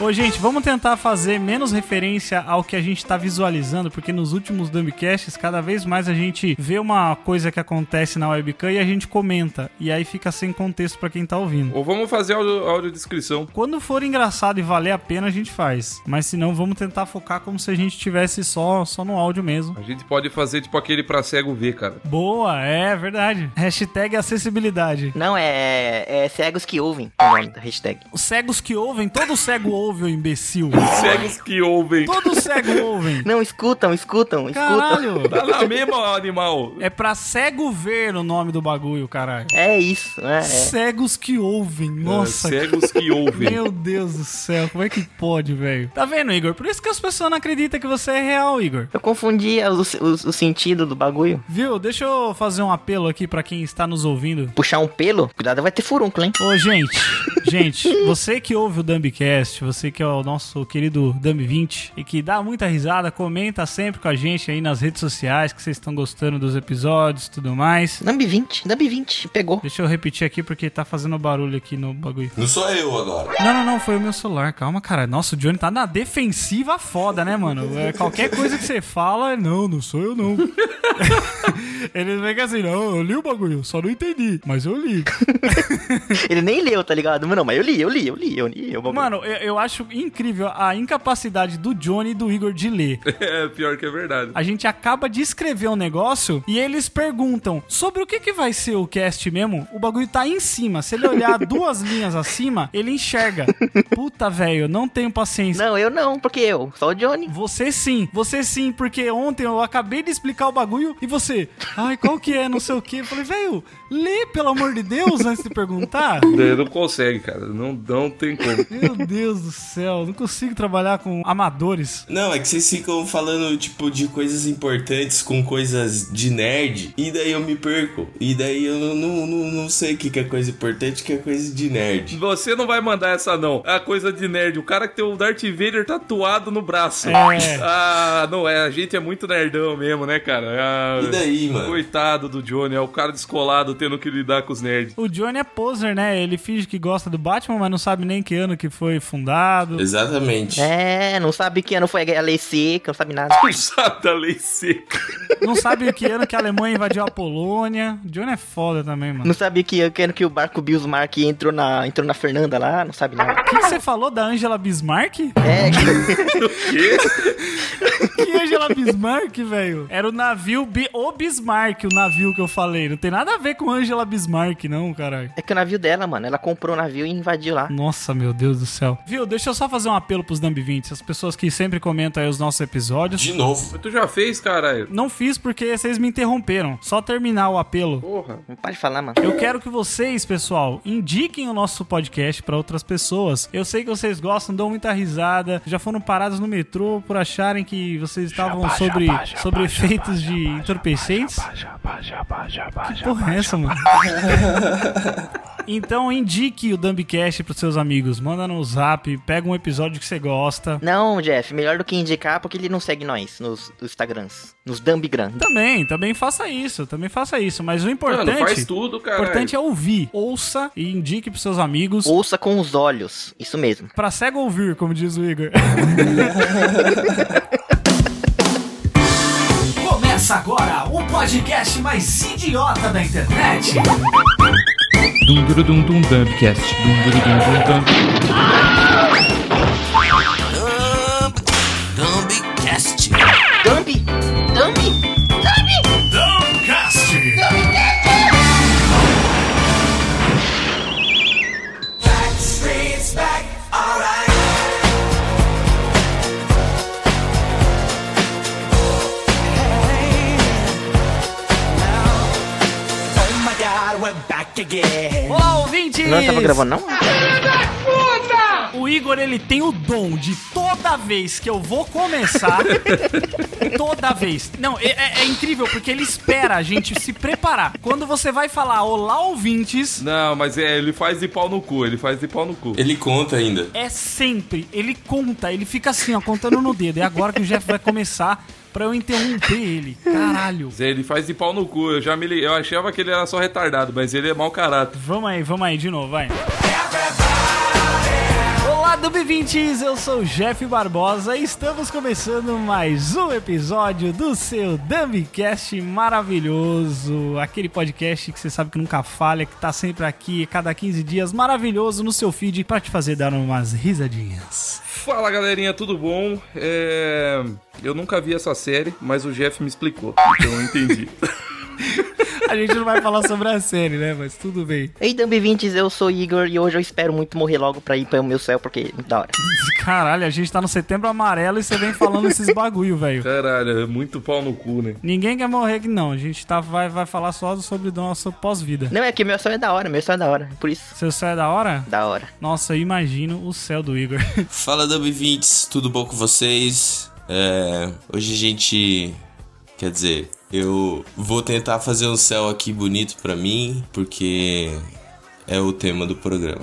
Ô, gente, vamos tentar fazer menos referência ao que a gente tá visualizando, porque nos últimos Dumbcasts, cada vez mais a gente vê uma coisa que acontece na webcam e a gente comenta. E aí fica sem contexto pra quem tá ouvindo. Ou vamos fazer a audio- audiodescrição. Quando for engraçado e valer a pena, a gente faz. Mas se não, vamos tentar focar como se a gente tivesse só, só no áudio mesmo. A gente pode fazer tipo aquele pra cego ver, cara. Boa, é verdade. Hashtag acessibilidade. Não, é, é cegos que ouvem o nome da hashtag. Os cegos que ouvem, todo cego ouve, ô imbecil. Cegos que ouvem. Todo cego ouvem. Não, escutam, escutam, escutam. Caralho. Tá na mesma, animal. É pra cego ver o nome do bagulho, caralho. É isso, né? É. Cegos que ouvem. Nossa, É, cegos que ouvem. Meu Deus do céu, como é que pode, velho? Tá vendo, Igor? Por isso que as pessoas não acreditam que você é real, Igor. Eu confundi o, o- o sentido do bagulho. Viu? Deixa eu fazer um apelo aqui pra quem está nos ouvindo. Puxar um pelo, cuidado, vai ter furúnculo, hein? Ô, gente, gente, você que ouve o Dumbcast, você que é o nosso querido Dumb20 e que dá muita risada, comenta sempre com a gente aí nas redes sociais que vocês estão gostando dos episódios e tudo mais. Dumb 20, Dumb 20, pegou. Deixa eu repetir aqui porque tá fazendo barulho aqui no bagulho. Não sou eu agora. Não, não, não, foi o meu celular, calma, cara. Nossa, o Johnny tá na defensiva foda, né, mano? É, qualquer coisa que você fala, é, não, não sou eu não. Ele fica assim, não, eu li o bagulho, só não entendi, mas eu li. Ele nem leu, tá ligado? Mas não, mas eu li, eu li, eu li, eu li. Eu, Mano, eu, eu acho incrível a incapacidade do Johnny e do Igor de ler. É, pior que é verdade. A gente acaba de escrever um negócio e eles perguntam sobre o que, que vai ser o cast mesmo. O bagulho tá aí em cima. Se ele olhar duas linhas acima, ele enxerga. Puta, velho, eu não tenho paciência. Não, eu não, porque eu, só o Johnny. Você sim, você sim, porque ontem eu acabei de explicar o bagulho e você, ai, qual que é, não sei o que. Eu falei, velho, lê pelo amor de Deus antes de perguntar. É, Não consegue, cara. Não, não tem como. Meu Deus do céu, não consigo trabalhar com amadores. Não, é que vocês ficam falando, tipo, de coisas importantes com coisas de nerd. E daí eu me perco. E daí eu não, não, não, não sei o que, que é coisa importante e o que é coisa de nerd. Você não vai mandar essa, não. É a coisa de nerd. O cara que tem o Darth Vader tatuado no braço. É. Ah, não é. A gente é muito nerdão mesmo, né, cara? Ah, E daí, mano? Coitado do Johnny. É o cara descolado tendo que lidar com os nerds. O Johnny é poser, né? Ele finge que gosta do Batman, mas não sabe nem que ano que foi fundado. Exatamente. É, não sabe que ano foi a lei seca, não sabe nada. Puxado da lei seca. Não sabe que ano que a Alemanha invadiu a Polônia. O Johnny é foda também, mano. Não sabe que ano que o barco Bismarck entrou na, entrou na Fernanda lá, não sabe nada. O que que você falou da Angela Bismarck? É, O quê? Que Angela Bismarck, velho? Era o navio Bi o Bismarck, o navio que eu falei. Não tem nada a ver com Angela Bismarck, não, caralho. é que o navio dela, mano, ela comprou o navio e invadiu lá. Nossa, meu Deus do céu. Viu, deixa eu só fazer um apelo pros Dumb 20, as pessoas que sempre comentam aí os nossos episódios. De novo. Mas tu já fez, caralho? Não fiz porque vocês me interromperam. Só terminar o apelo. Porra. Não para de falar, mano. Eu quero que vocês, pessoal, indiquem o nosso podcast pra outras pessoas. Eu sei que vocês gostam, dão muita risada, já foram parados no metrô por acharem que vocês estavam sobre, sobre efeitos de entorpecentes. Que porra é essa, mano? Então indique o Dumbcast pros seus amigos, manda no zap, pega um episódio que você gosta. Não, Jeff, melhor do que indicar, porque ele não segue nós nos, nos Instagrams, nos Dumbgram. Também, também faça isso, também faça isso. Mas o importante, Mano, faz tudo, o cara. importante é ouvir. Ouça e indique pros seus amigos. Ouça com os olhos, isso mesmo. Pra cego ouvir, como diz o Igor. Começa agora o podcast mais idiota da internet. Dum dum dum dum dumbcast. Dum dum dum dum dump. Dumbcast. Dumb! Dumb! Backstreet's back, alright. Oh my god, we're back again. Olá, ouvintes! Não tava gravando, não? O Igor, ele tem o dom de toda vez que eu vou começar, toda vez. Não, é, é- é incrível, porque ele espera a gente se preparar. Quando você vai falar olá, ouvintes, Não, mas é, ele faz de pau no cu. Ele faz de pau no cu. Ele conta ainda. É sempre. Ele conta, ele fica assim, ó, contando no dedo. É agora que o Jeff vai começar pra eu interromper ele. Caralho. Zé, Ele faz de pau no cu. Eu já me li... Eu achava que ele era só retardado, mas ele é mau caráter. Vamos aí, vamos aí, de novo, vai. Olá, Dub20s, eu sou o Jeff Barbosa e estamos começando mais um episódio do seu Dumbcast maravilhoso. Aquele podcast que você sabe que nunca falha, que tá sempre aqui, cada 15 dias, maravilhoso no seu feed pra te fazer dar umas risadinhas. Fala galerinha, tudo bom? É, Eu nunca vi essa série, mas o Jeff me explicou, então eu entendi. A gente não vai falar sobre a série, né? Mas tudo bem. Ei, Dumb 20 eu sou o Igor e hoje eu espero muito morrer logo pra ir para o meu céu, porque é muito da hora. Caralho, a gente tá no setembro amarelo e você vem falando esses bagulho, velho. Caralho, é muito pau no cu, né? Ninguém quer morrer aqui, não. A gente tá, vai, vai falar só sobre nossa pós-vida. Não, é que meu céu é da hora, meu céu é da hora, por isso. Seu céu é da hora? Da hora. Nossa, eu imagino o céu do Igor. Fala Dub20, tudo bom com vocês? É, hoje a gente. Quer dizer, eu vou tentar fazer um céu aqui bonito pra mim, porque é o tema do programa.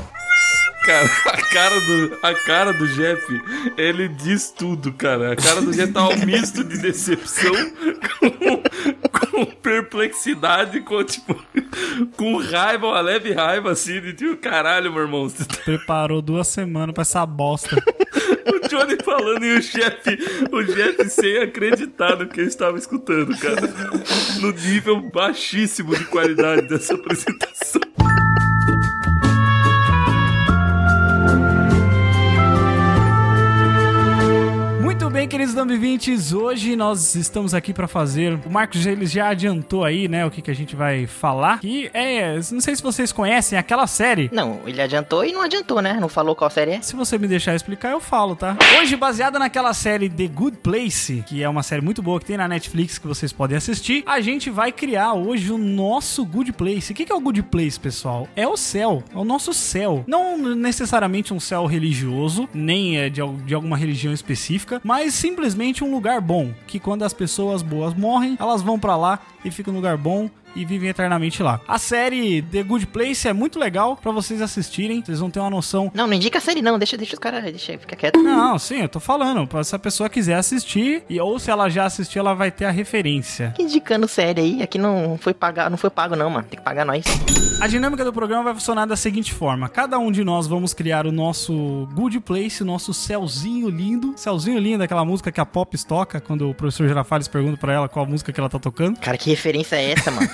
Cara, a cara do, a cara do Jeff, ele diz tudo, cara. A cara do Jeff tá um misto de decepção com, com perplexidade, com tipo, com raiva, uma leve raiva assim, de tipo, caralho, meu irmão. Você tá- Preparou duas semanas pra essa bosta. O Johnny falando e o Jeff, o Jeff sem acreditar no que eu estava escutando, cara. No nível baixíssimo de qualidade dessa apresentação. Muito bem, queridos Dambivintes, hoje nós estamos aqui pra fazer. O Marcos ele já adiantou aí, né, o que, que a gente vai falar. E é, não sei se vocês conhecem aquela série. Não, ele adiantou e não adiantou, né? Não falou qual série é. Se você me deixar explicar, eu falo, tá? Hoje, baseada naquela série The Good Place, que é uma série muito boa que tem na Netflix que vocês podem assistir, a gente vai criar hoje o nosso Good Place. O que que é o Good Place, pessoal? É o céu, é o nosso céu. Não necessariamente um céu religioso, nem é de, al- de alguma religião específica, mas simplesmente um lugar bom, que quando as pessoas boas morrem, elas vão pra lá e fica um lugar bom e vivem eternamente lá. A série The Good Place é muito legal pra vocês assistirem, vocês vão ter uma noção Não, não indica a série não, deixa, deixa os caras, deixa, fica quieto. não, sim, eu tô falando. pra Se a pessoa quiser assistir, e, ou se ela já assistiu, ela vai ter a referência. Fica Indicando série aí, aqui não foi pagar, não foi pago não, mano. Tem que pagar nós. A dinâmica do programa vai funcionar da seguinte forma: cada um de nós vamos criar o nosso Good Place, o nosso céuzinho lindo. Céuzinho lindo, é aquela música que a Pops toca quando o professor Girafales pergunta pra ela qual a música que ela tá tocando. Cara, que referência é essa, mano?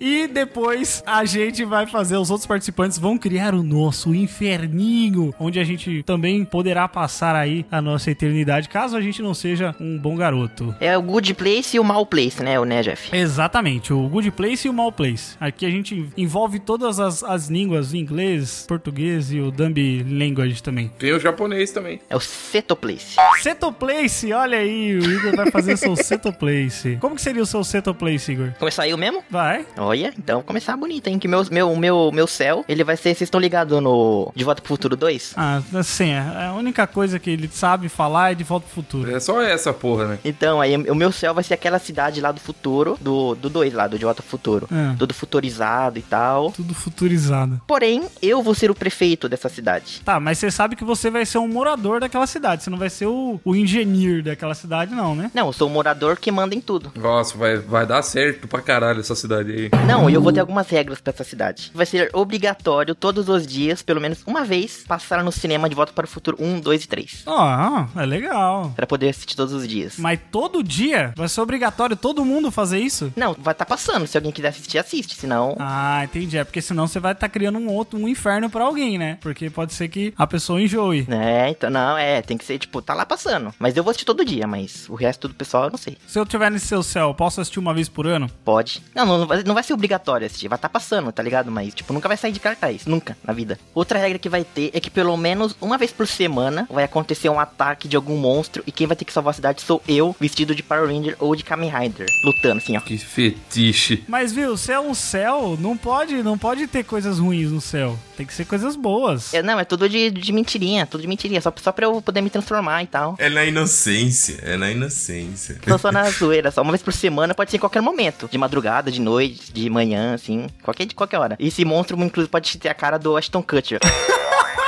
E depois a gente vai fazer, os outros participantes vão criar o nosso inferninho, onde a gente também poderá passar aí a nossa eternidade, caso a gente não seja um bom garoto. É o good place e o mal place, né, o né, Jeff? Exatamente, o good place e o mal place. Aqui a gente envolve todas as, as línguas, inglês, português e o dumb language também. Tem o japonês também. É o seto place. Setoplace, olha aí, o Igor vai fazer seu setoplace. Como que seria o seu setoplace, Igor? Começar eu mesmo? Vai. Olha, então vou começar bonito, hein? Que meu, meu, meu, meu céu, ele vai ser. Vocês estão ligados no De Volta pro Futuro 2? Ah, assim, a única coisa que ele sabe falar é de volta pro futuro. É só essa porra, né? Então, aí o meu céu vai ser aquela cidade lá do futuro, do 2 dois lá, do De Volta pro Futuro. Ah. Todo futurizado e tal. Tudo futurizado. Porém, eu vou ser o prefeito dessa cidade. Tá, mas você sabe que você vai ser um morador daquela cidade, você não vai ser o, o engenheiro daquela cidade, não, né? Não, eu sou o morador que manda em tudo. Nossa, vai, vai dar certo pra caralho essa cidade aí. Não, e eu vou ter algumas regras pra essa cidade. Vai ser obrigatório todos os dias, pelo menos uma vez, passar no cinema de Volta para o Futuro 1, 2 e 3. Ah, é legal. Pra poder assistir todos os dias. Mas todo dia? Vai ser obrigatório todo mundo fazer isso? Não, vai estar passando. Se alguém quiser assistir, assiste. Senão, Ah, entendi. É porque senão você vai estar criando um outro, um inferno pra alguém, né? Porque pode ser que a pessoa enjoe. É, então, não, é, tem que ser, tipo, tá lá passando. Mas eu vou assistir todo dia, mas o resto do pessoal, eu não sei. Se eu tiver nesse seu céu, posso assistir uma vez por ano? Pode. Não, não, vai- não vai ser obrigatório assistir, vai tá passando, tá ligado? Mas, tipo, nunca vai sair de cartaz, nunca, na vida. Outra regra que vai ter é que pelo menos uma vez por semana vai acontecer um ataque de algum monstro e quem vai ter que salvar a cidade sou eu, vestido de Power Ranger ou de Kamen Rider, lutando assim, ó. Que fetiche. Mas viu, se é um céu, não pode, não pode ter coisas ruins no céu. Tem que ser coisas boas. É, não, é tudo de, de mentirinha, tudo de mentirinha, só, só pra eu poder me transformar e tal. É na inocência, é na inocência. Tô só na zoeira, só uma vez por semana, pode ser em qualquer momento. De madrugada, de noite, de manhã, assim, qualquer, de qualquer hora. E esse monstro, inclusive, pode ter a cara do Ashton Kutcher.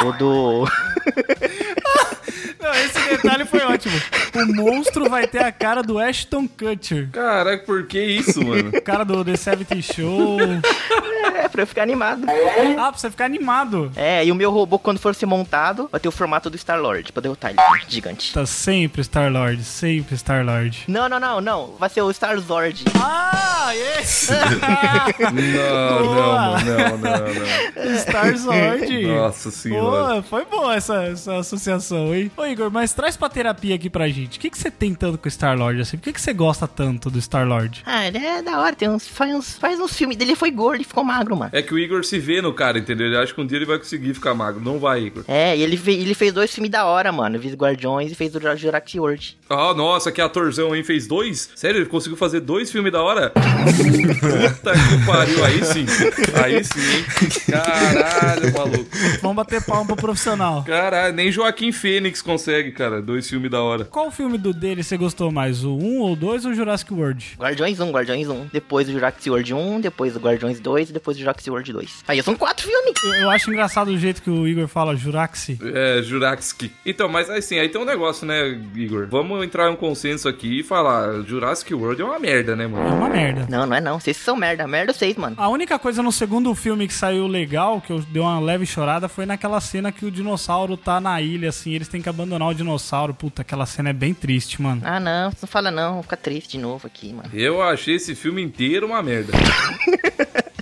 Ou do. Não, Esse detalhe foi ótimo. O monstro vai ter a cara do Ashton Kutcher. Caraca, por que isso, mano? O cara do The 70 Show. É, pra eu ficar animado. Ah, pra você ficar animado. É, e o meu robô, quando for ser montado, vai ter o formato do Star-Lord pra derrotar ele. Gigante. Tá sempre Star-Lord, sempre Star-Lord. Não, não, não, não. Vai ser o Star-Lord. Ah, esse! Não, Boa. não, não, não, não. Star-Lord. Nossa senhora. Pô, foi boa essa, essa associação, hein? Ô, Igor, mas traz pra terapia aqui pra gente. O que, que você tem tanto com o Star-Lord, assim? Por que, que você gosta tanto do Star-Lord? Ah, ele é da hora, tem uns, faz, uns, faz uns filmes dele, ele foi gordo e ficou magro, mano. É que o Igor se vê no cara, entendeu? Ele acha que um dia ele vai conseguir ficar magro. Não vai, Igor. É, e ele, fe- ele fez dois filmes da hora, mano. Viz Guardiões e fez o Jurassic World. Ah, nossa, que atorzão, hein? Fez dois? Sério, ele conseguiu fazer dois filmes da hora? Puta que pariu, aí sim. Aí sim, hein? Caralho, maluco. Vamos bater palma pro profissional. Caralho, nem Joaquim Fênix consegue, cara. Dois filmes da hora. Qual filme do dele você gostou mais? O 1 ou o 2 ou o Jurassic World? Guardiões 1, Guardiões 1. Depois o Jurassic World 1, depois o Guardiões 2 e depois o Jurassic World 2. Aí são quatro filmes. Eu, eu acho engraçado o jeito que o Igor fala Juraxi. É, Jurassic. Então, mas assim, aí tem um negócio, né, Igor? Vamos entrar em um consenso aqui e falar: Jurassic World é uma merda, né, É mano? uma merda. Não, não é não. Vocês são merda. Merda vocês, mano. A única coisa no segundo filme que saiu legal, que eu dei uma leve chorada, foi naquela cena que o dinossauro tá na ilha, assim, eles têm que abandonar o dinossauro. Puta, aquela cena é bem triste, mano. Ah, não. Não fala não. Vou ficar triste de novo aqui, mano. Eu achei esse filme inteiro uma merda.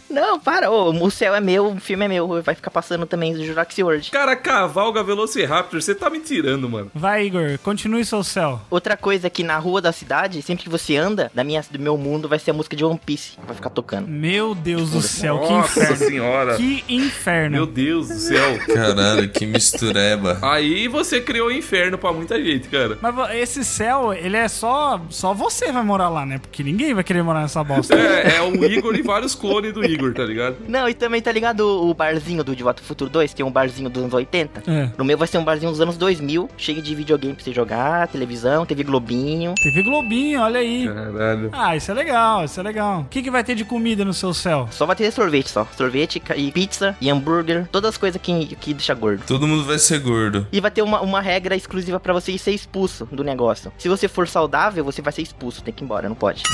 Não, para. Ô, o céu é meu, o filme é meu. Vai ficar passando também o Jurassic World. Cara, cavalga Velociraptor, você tá me tirando, mano. Vai, Igor, continue seu céu. Outra coisa é que na rua da cidade, sempre que você anda, da minha, do meu mundo, vai ser a música de One Piece. Vai ficar tocando. Meu Deus do céu, É que Nossa inferno. senhora. Que inferno. Meu Deus do céu. Caralho, que mistureba. Aí você criou inferno pra muita gente, cara. Mas vo- esse céu, ele é só. Só você vai morar lá, né? Porque ninguém vai querer morar nessa bosta. É, é o Igor e vários clones do Igor, tá ligado? Não, e também tá ligado o, o barzinho do De Volta ao Futuro 2? Tem um barzinho dos anos 80? É. No meu vai ser um barzinho dos anos 2000, cheio de videogame pra você jogar, televisão, TV Globinho. TV Globinho, olha aí. Caralho. Ah, isso é legal, isso é legal. O que, que vai ter de comida no seu céu? Só vai ter sorvete só. Sorvete ca- e pizza e hambúrguer, todas as coisas que, que deixa gordo. Todo mundo vai ser gordo. E vai ter uma, uma regra exclusiva pra você ser expulso do negócio. Se você for saudável, você vai ser expulso, tem que ir embora, não pode.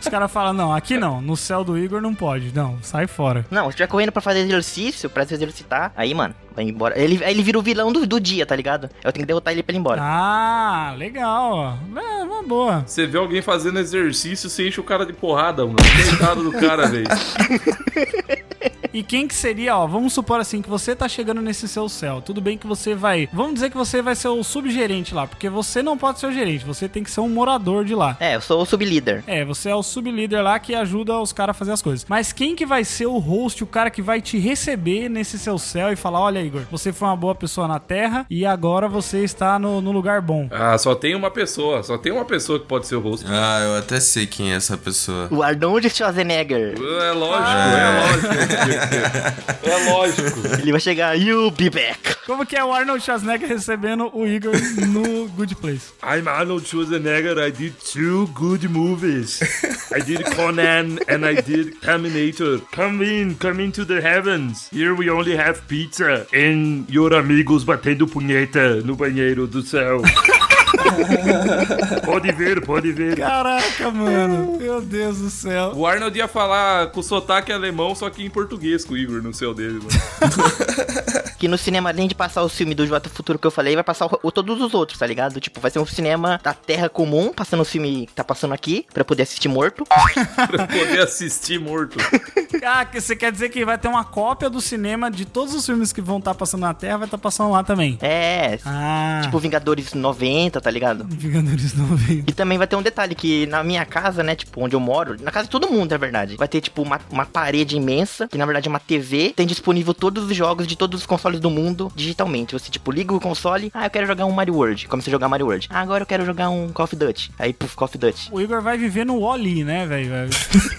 Os caras falam, não, aqui não, no céu do Igor não pode. Não, sai fora. Não, se estiver correndo pra fazer exercício, pra se exercitar, aí, mano, vai embora. Ele, aí ele vira o vilão do, do dia, tá ligado? Eu tenho que derrotar ele pra ele ir embora. Ah, legal, ó. É, uma boa. Você vê alguém fazendo exercício, você enche o cara de porrada, mano. Coitado do cara, velho. E quem que seria, ó, vamos supor assim, que você tá chegando nesse seu céu. Tudo bem que você vai. Vamos dizer que você vai ser o subgerente lá, porque você não pode ser o gerente, você tem que ser um morador de lá. É, eu sou o sublíder. É, você é o sublíder lá que ajuda os caras a fazer as coisas. Mas quem que vai ser o host, o cara que vai te receber nesse seu céu e falar: olha, Igor, você foi uma boa pessoa na Terra e agora você está no, no lugar bom. Ah, só tem uma pessoa. Só tem uma pessoa que pode ser o rosto. Ah, eu até sei quem é essa pessoa. O Arnold Schwarzenegger. É lógico, é lógico. É lógico. Ele vai chegar, you'll be back. Como que é o Arnold Schwarzenegger recebendo o Igor no Good Place? I'm Arnold Schwarzenegger. I did two good movies. I did Conan and I did Terminator. Come in, come into the heavens. Here we only have pizza and your amigos batendo punheta no banheiro do céu. pode ver, pode ver. Caraca, mano. Meu Deus do céu. O Arnold ia falar com sotaque alemão, só que em português com o Igor no céu dele, mano. Que no cinema, além de passar o filme do Jota Futuro que eu falei, vai passar o, o- todos os outros, tá ligado? Tipo, vai ser um cinema da Terra comum, passando o filme que tá passando aqui, pra eu poder assistir morto. pra poder assistir morto. Ah, que você quer dizer que vai ter uma cópia do cinema de todos os filmes que vão estar passando na Terra, vai estar passando lá também. É, Ah, tipo Vingadores 90, tá ligado? Vingadores 90. E também vai ter um detalhe que na minha casa, né, tipo, onde eu moro, na casa de todo mundo, é verdade, vai ter, tipo, uma, uma parede imensa, que na verdade é uma TV, tem disponível todos os jogos de todos os consoles do mundo digitalmente. Você, tipo, liga o console, ah, eu quero jogar um Mario World, começa a jogar Mario World. Ah, agora eu quero jogar um Call of Duty. Aí, puf, Call of Duty. O Igor vai viver no Wally, né, velho?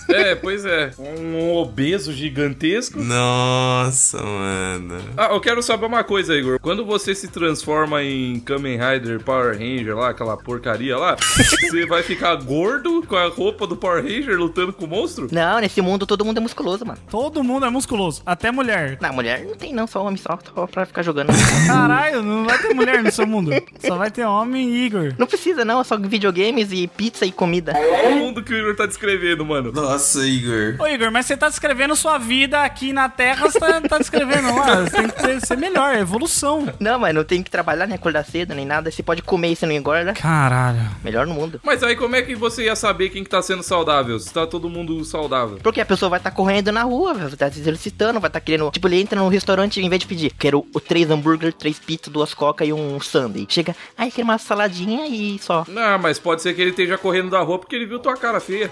É, pois é. Um obeso gigantesco. Nossa, mano. Ah, eu quero saber uma coisa, Igor. Quando você se transforma em Kamen Rider, Power Ranger, Ranger lá, aquela porcaria lá, você vai ficar gordo com a roupa do Power Ranger lutando com o monstro? Não, nesse mundo todo mundo é musculoso, mano. Todo mundo é musculoso, até mulher. Na mulher não tem não, só homem só, só pra ficar jogando. Caralho, não vai ter mulher no seu mundo. Só vai ter homem e Igor. Não precisa não, é só videogames e pizza e comida. Olha o mundo que o Igor tá descrevendo, mano. Nossa, Igor. Ô Igor, mas você tá descrevendo sua vida aqui na Terra, você tá, tá descrevendo lá. Você tem que ter- ser melhor, é evolução. Não, mas não tem que trabalhar, nem acordar cedo, nem nada. Você pode comer e você não engorda. Caralho. Melhor no mundo. Mas aí como é que você ia saber quem que tá sendo saudável? Se tá todo mundo saudável. Porque a pessoa vai estar correndo na rua, vai estar se exercitando, vai estar querendo. Tipo, ele entra num restaurante e em vez de pedir, quero o três hambúrguer, três pizzas, duas coca e um sundae. Chega, ai, quero uma saladinha e só. Não, Ah, mas pode ser que ele esteja correndo da rua porque ele viu tua cara feia.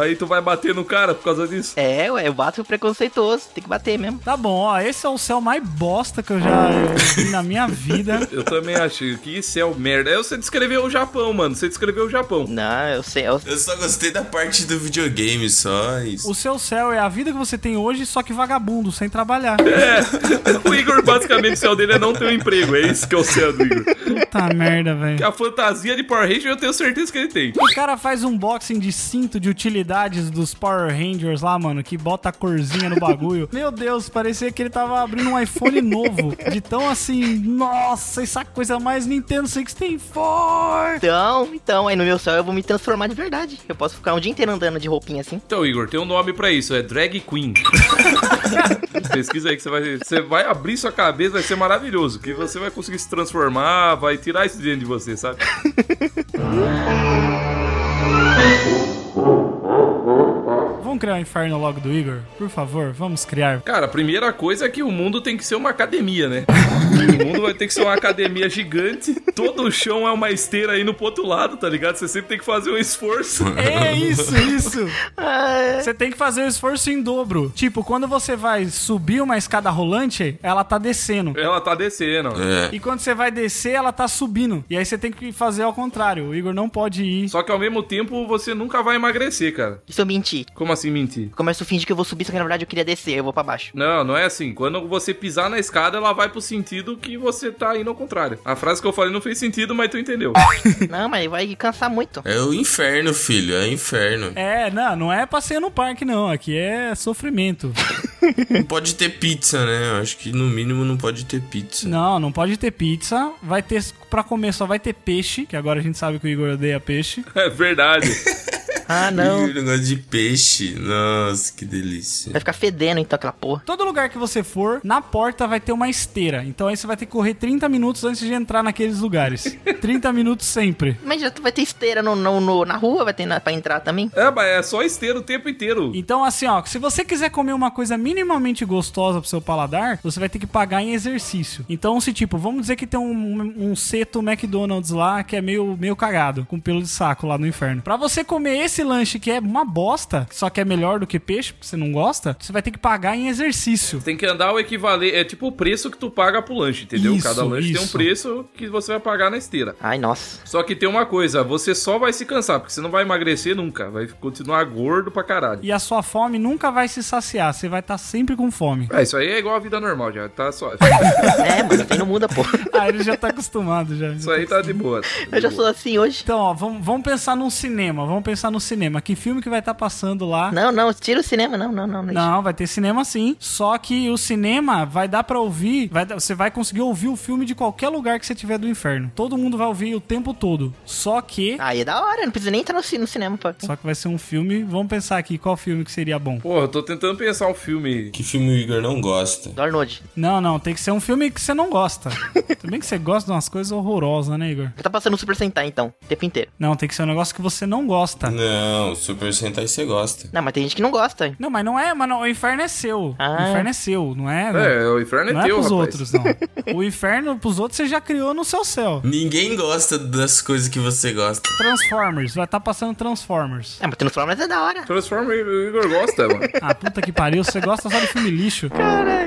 Aí tu vai bater no cara por causa disso. É, ué, eu bato preconceituoso, tem que bater mesmo. Tá bom, ó, esse é o céu mais bosta que eu já eu vi na minha vida. Eu também achei que isso é o merda. Aí você descreveu o Japão, mano. Você descreveu o Japão. Não, eu sei, eu... Eu só gostei da parte do videogame, só isso. O seu céu é a vida que você tem hoje, só que vagabundo, sem trabalhar. É, o Igor, basicamente, o céu dele é não ter um emprego. É isso que é o céu do Igor. Puta merda, velho. Que a fantasia de Power Ranger eu tenho certeza que ele tem. O cara faz um unboxing de cinto de utilidades dos Power Rangers lá, mano, que bota a corzinha no bagulho. Meu Deus, parecia que ele tava abrindo um iPhone novo. De tão assim, nossa, essa coisa mais Nintendo 64. Então, então, aí no meu céu eu vou me transformar de verdade. Eu posso ficar um dia inteiro andando de roupinha assim. Então, Igor, tem um nome pra isso. É Drag Queen. Pesquisa aí que você vai... Você vai abrir sua cabeça, vai ser maravilhoso. Que você vai conseguir se transformar, vai tirar isso de dentro de você, sabe? Vamos criar o inferno logo do Igor? Por favor, vamos criar. Cara, a primeira coisa é que o mundo tem que ser uma academia, né? O mundo vai ter que ser uma academia gigante. Todo o chão é uma esteira indo pro outro lado, tá ligado? Você sempre tem que fazer um esforço. É isso, isso. Ah, Você tem que fazer o esforço em dobro. Tipo, quando você vai subir uma escada rolante, ela tá descendo. Ela tá descendo. É. E quando você vai descer, ela tá subindo. E aí você tem que fazer ao contrário. O Igor não pode ir. Só que ao mesmo tempo você nunca vai emagrecer, cara. E se eu mentir? Como assim mentir? Começo a fingir que eu vou subir, só que na verdade eu queria descer, eu vou pra baixo. Não, não é assim. Quando você pisar na escada, ela vai pro sentido que você tá indo ao contrário. A frase que eu falei não fez sentido, mas tu entendeu. Não, mas vai cansar muito. É o inferno, filho, é o inferno. É, não, não é passeio no parque, não. Aqui é sofrimento. Não pode ter pizza, né? Eu acho que no mínimo não pode ter pizza. Não, não pode ter pizza. Vai ter, pra comer só vai ter peixe, que agora a gente sabe que o Igor odeia peixe. É verdade. Ah, não. Ih, o negócio de peixe. Nossa, que delícia. Vai ficar fedendo então aquela porra. Todo lugar que você for, na porta vai ter uma esteira. Então aí você vai ter que correr 30 minutos antes de entrar naqueles lugares. 30 minutos sempre. Mas já tu vai ter esteira no, no- no- na rua, vai ter na, pra entrar também? é, mas é só esteira o tempo inteiro. Então, assim, ó, se você quiser comer uma coisa minimamente gostosa pro seu paladar, você vai ter que pagar em exercício. Então, se tipo, vamos dizer que tem um, um seto McDonald's lá que é meio, meio cagado, com pelo de saco lá no inferno. Pra você comer esse lanche que é uma bosta, só que é melhor do que peixe, porque você não gosta, você vai ter que pagar em exercício. Tem que andar o equivalente. É tipo o preço que tu paga pro lanche, entendeu? Isso, Cada lanche tem um isso. preço que você vai pagar na esteira. Ai, nossa. Só que tem uma coisa, você só vai se cansar, porque você não vai emagrecer nunca. Vai continuar gordo pra caralho. E a sua fome nunca vai se saciar, você vai estar sempre com fome. É, isso aí é igual a vida normal já, tá só. É, mano, tem no mundo, pô. Ah, ele já tá acostumado já. Isso aí tá de boa. tá de Eu já boa. sou assim hoje. Então, ó, vamos, vamos pensar num cinema, vamos pensar no cinema. Que filme que vai estar passando lá? Não, não, tira o cinema, não, não, não. Não, Não, vai ter cinema sim. Só que o cinema vai dar pra ouvir, vai dar- você vai conseguir ouvir o filme de qualquer lugar que você tiver do inferno. Todo mundo vai ouvir o tempo todo. Só que, Aí é da hora, não precisa nem entrar no, ci- no cinema, pô. só que vai ser um filme. Vamos pensar aqui qual filme que seria bom. Porra, eu tô tentando pensar um filme. Que filme o Igor não gosta? Do Arnold. Não, não, tem que ser um filme que você não gosta. Também que você gosta de umas coisas horrorosas, né, Igor? Tá passando o Super Sentai, então, o tempo inteiro. Não, tem que ser um negócio que você não gosta. Não, Super Sentai você gosta. Não, mas tem gente que não gosta. hein? Não, mas não é, mano, o inferno é seu. Ah. O inferno é seu, não é? É, o inferno é não é teu, pros rapaz. outros, não. O inferno pros outros você já criou no seu céu. Ninguém gosta das coisas que você gosta. Transformers, vai estar passando Transformers. Ah, mas Transformers é da hora. Transforma o Igor gosta, mano. Ah, puta que pariu, você gosta só de filme lixo.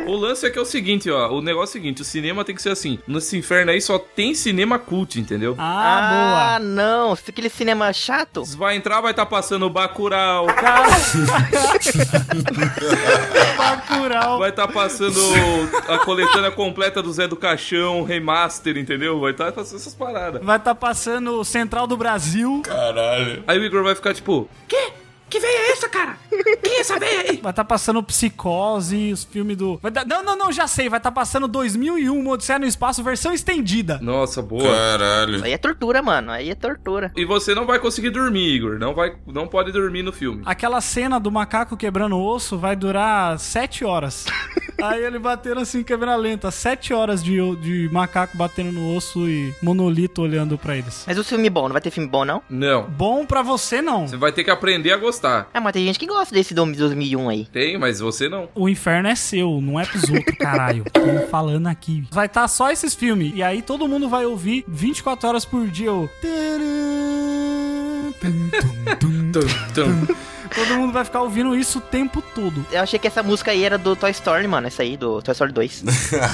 O lance é que é o seguinte, ó. O negócio é o seguinte, o cinema tem que ser assim. Nesse inferno aí só tem cinema cult, entendeu? Ah, boa. não. Aquele cinema chato. Vai entrar, vai tá passando o Bacurau. Cara. Bacurau. Vai estar tá passando a coletânea completa do Zé do Caixão, remaster, entendeu? Vai estar tá passando essas paradas. Vai estar tá passando o Central do Brasil. Caralho. Aí o Igor vai ficar tipo, Que veia é essa, cara? Quem é essa veia aí? Vai estar passando Psicose, os filmes do. Vai tá- Não, não, não, já sei. Vai estar passando 2001, uma Odisseia no Espaço, versão estendida. nossa, boa. Caralho. Aí é tortura, mano. Aí é tortura. E você não vai conseguir dormir, Igor. Não, vai, não pode dormir no filme. Aquela cena do macaco quebrando o osso vai durar 7 horas. Aí ele batendo assim, câmera lenta. 7 horas de, o- de macaco batendo no osso e monolito olhando pra eles. É Mas o filme bom, não vai ter filme bom, não? Não. Bom pra você, não. Você vai ter que aprender a gostar. Ah, mas tem gente que gosta desse do 2001 aí. Tem, mas você não. O inferno é seu, não é pros outros, caralho. Tô falando aqui. Vai estar só esses filmes. E aí todo mundo vai ouvir 24 horas por dia o. Tcharam, tum, tum, tum. Tum, tum. Todo mundo vai ficar ouvindo isso o tempo todo. Eu achei que essa música aí era do Toy Story, mano. Essa aí, do Toy Story 2.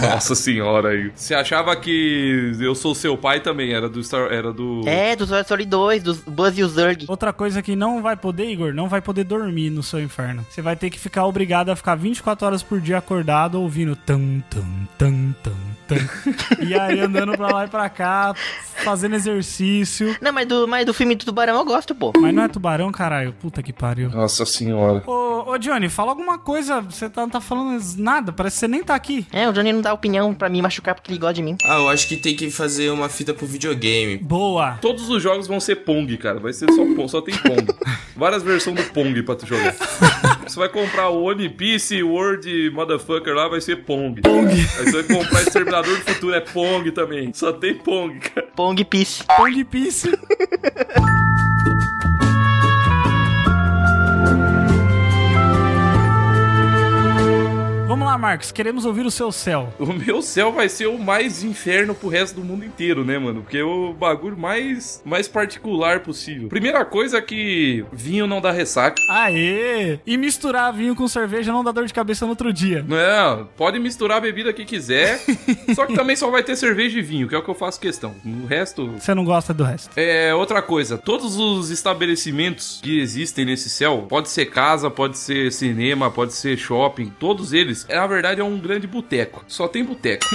Nossa senhora, Igor. Você achava que eu sou seu pai também? Era do Star. Era do. é, do Toy Story 2, dos Buzz e o Zurg. Outra coisa que não vai poder, Igor, não vai poder dormir no seu inferno. Você vai ter que ficar obrigado a ficar 24 horas por dia acordado ouvindo tam tam tam tam tam. e aí andando pra lá e pra cá, fazendo exercício. Não, mas do, mas do filme do Tubarão eu gosto, pô. Mas não é tubarão, caralho. Puta que pariu. Nossa senhora. Ô, ô Johnny, fala alguma coisa. Você tá- não tá falando nada, parece que você nem tá aqui. É, o Johnny não dá opinião pra me machucar porque ele gosta de mim. Ah, eu acho que tem que fazer uma fita pro videogame. Boa. Todos os jogos vão ser Pong, cara. Vai ser só Pong, só tem Pong. Várias versões do Pong pra tu jogar. Você vai comprar o One Piece, World Motherfucker lá, vai ser Pong. Pong. Aí você vai comprar Exterminador do Futuro, é Pong também. Só tem Pong, cara. Pong Peace. Pong Piece. Vamos lá, Marcos. Queremos ouvir o seu céu. O meu céu vai ser o mais inferno pro resto do mundo inteiro, né, mano? Porque é o bagulho mais, mais particular possível. Primeira coisa é que vinho não dá ressaca. Aê! E misturar vinho com cerveja não dá dor de cabeça no outro dia. Não, pode misturar a bebida que quiser. só que também só vai ter cerveja e vinho, que é o que eu faço questão. O resto, Você não gosta do resto. É, outra coisa, todos os estabelecimentos que existem nesse céu, pode ser casa, pode ser cinema, pode ser shopping, todos eles, na verdade é um grande boteco. Só tem boteco.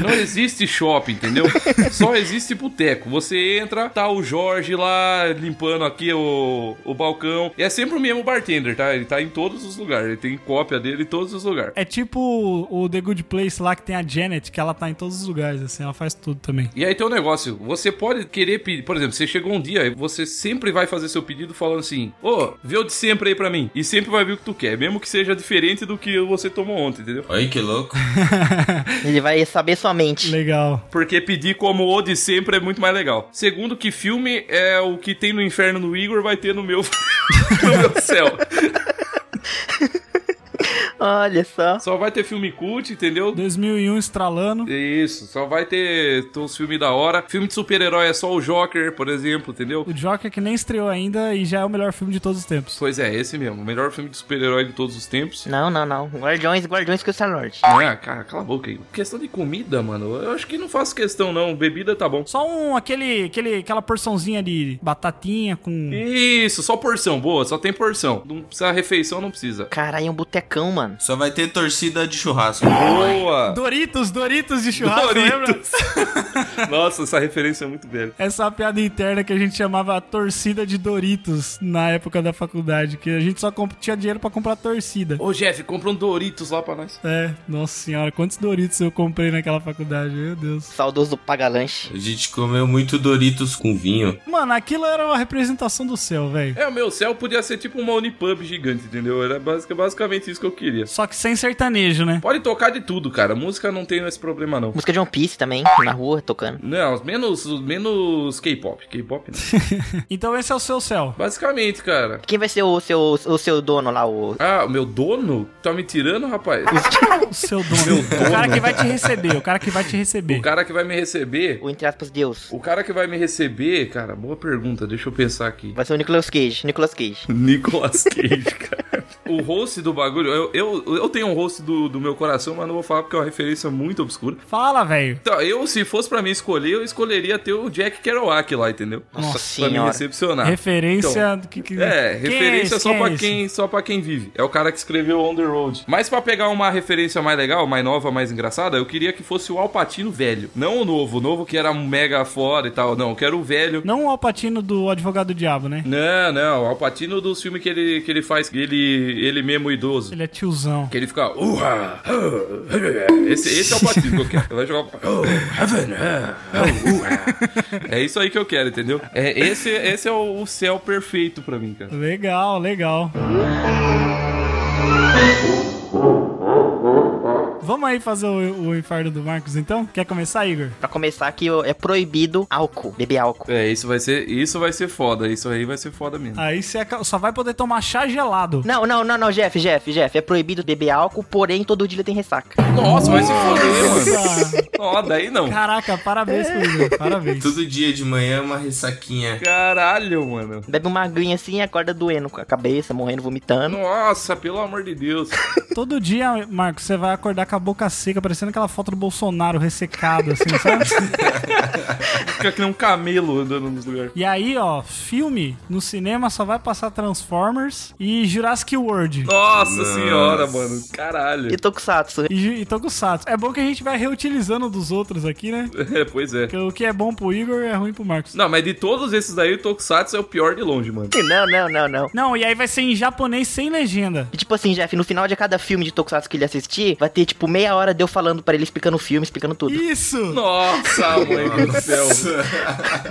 Não existe shopping, entendeu? Só existe boteco. Você entra, tá o Jorge lá limpando aqui o, o balcão. E é sempre o mesmo bartender, tá? Ele tá em todos os lugares. Ele tem cópia dele em todos os lugares. É tipo o The Good Place lá que tem a Janet, que ela tá em todos os lugares, assim, ela faz tudo também. E aí tem um negócio, você pode querer pedir, por exemplo, você chegou um dia e você sempre vai fazer seu pedido falando assim, ô, vê o de sempre aí pra mim, e sempre vai vir o que tu quer, mesmo que seja diferente do que você tomou ontem, entendeu? Olha que louco. Ele vai saber sua mente. Legal. Porque pedir como o de sempre é muito mais legal. Segundo, que filme é o que tem no inferno no Igor vai ter no meu, no meu céu. Olha só. Só vai ter filme cult, entendeu? 2001 estralando. Isso, só vai ter uns filmes da hora. Filme de super-herói é só o Joker, por exemplo, entendeu? O Joker que nem estreou ainda e já é o melhor filme de todos os tempos. Pois é, esse mesmo. O melhor filme de super-herói de todos os tempos. Não, não, não. Guardiões, Guardiões que o Star Lord. Não é, cara, cala a boca aí. Questão de comida, mano, eu acho que não faço questão, não. Bebida tá bom. Só um, aquele, aquele, aquela porçãozinha de batatinha com... Isso, só porção, boa, só tem porção. Não precisa refeição, não precisa. Caralho, é um botecão, mano. Só vai ter torcida de churrasco. Boa! Doritos, Doritos de churrasco, lembra? Nossa, essa referência é muito velha. Essa é uma piada interna que a gente chamava a torcida de Doritos na época da faculdade, que a gente só comp- tinha dinheiro pra comprar torcida. Ô, Jeff, compra um Doritos lá pra nós. É, nossa senhora, quantos Doritos eu comprei naquela faculdade, meu Deus. Saudoso Pagalanche. A gente comeu muito Doritos com vinho. Mano, aquilo era uma representação do céu, velho. É, o meu céu podia ser tipo uma Unipub gigante, entendeu? Era basic- basicamente isso que eu queria. Só que sem sertanejo, né? Pode tocar de tudo, cara. Música não tem esse problema, não. Música de One Piece também, na rua, tocando. Não, menos, menos K-pop. K-pop não. Então esse é o seu céu. Basicamente, cara. Quem vai ser o seu, o seu dono lá, o... Ah, o meu dono? Tá me tirando, rapaz? O seu dono. O cara que vai te receber, o cara que vai te receber. O cara que vai me receber. o entre aspas, Deus? O cara que vai me receber, cara, boa pergunta, deixa eu pensar aqui. Vai ser o Nicolas Cage, Nicolas Cage. Nicolas Cage, cara. o host do bagulho, eu, eu, eu tenho um host do, do meu coração, mas não vou falar porque é uma referência muito obscura. Fala, velho. Então, eu, se fosse pra mim escolher, eu escolheria ter o Jack Kerouac lá, entendeu? Nossa Pra me senhora. recepcionar. Referência do que, que Tá, É, quem referência esse? só pra é esse? quem, só para quem vive. É o cara que escreveu On the Road. Mas pra pegar uma referência mais legal, mais nova, mais engraçada, eu queria que fosse o Alpatino velho, não o novo, o novo que era mega fora e tal. Não, eu quero o velho. Não o Alpatino do Advogado do Diabo, né? Não, não, o Alpatino um dos filmes que ele que ele faz, ele ele mesmo idoso. Ele é tiozão. Que ele fica. "Uha, uh, Esse, esse é o batismo que eu quero. Ele vai jogar. "Oh, heaven, uh, uh, uh." É isso aí que eu quero, entendeu? É, esse, esse é o, o céu perfeito pra mim, cara. Legal, legal. Vamos aí fazer o, o infarto do Marcos, então? Quer começar, Igor? Pra começar que é proibido álcool, beber álcool. É, isso vai ser, isso vai ser foda. Isso aí vai ser foda mesmo. Aí você aca- só vai poder tomar chá gelado. Não, não, não, não, Jeff, Jeff, Jeff. É proibido beber álcool, porém todo dia tem ressaca. Nossa, vai se foder, mano. Ah, Ó, daí não. Caraca, parabéns pro Igor, parabéns. Todo dia de manhã uma ressaquinha. Caralho, mano. Bebe uma aguinha assim e acorda doendo com a cabeça, morrendo, vomitando. Nossa, pelo amor de Deus. Todo dia, Marcos, você vai acordar com a boca seca, parecendo aquela foto do Bolsonaro ressecado, assim, sabe? Fica que nem um camelo andando nos lugares. E aí, ó, filme no cinema só vai passar Transformers e Jurassic World. Nossa senhora, mano. Caralho. E tô com satsu. E, Ju- e Tokusatsu. É bom que a gente vai reutilizando dos outros aqui, né? É, pois é. Porque o que é bom pro Igor é ruim pro Marcos. Não, mas de todos esses aí, o Tokusatsu é o pior de longe, mano. Não, não, não, não. Não, e aí vai ser em japonês sem legenda. E, tipo assim, Jeff, no final de cada filme de Tokusatsu que ele assistir, vai ter tipo meia hora de eu falando pra ele explicando o filme, explicando tudo. Isso! Nossa, mãe do céu.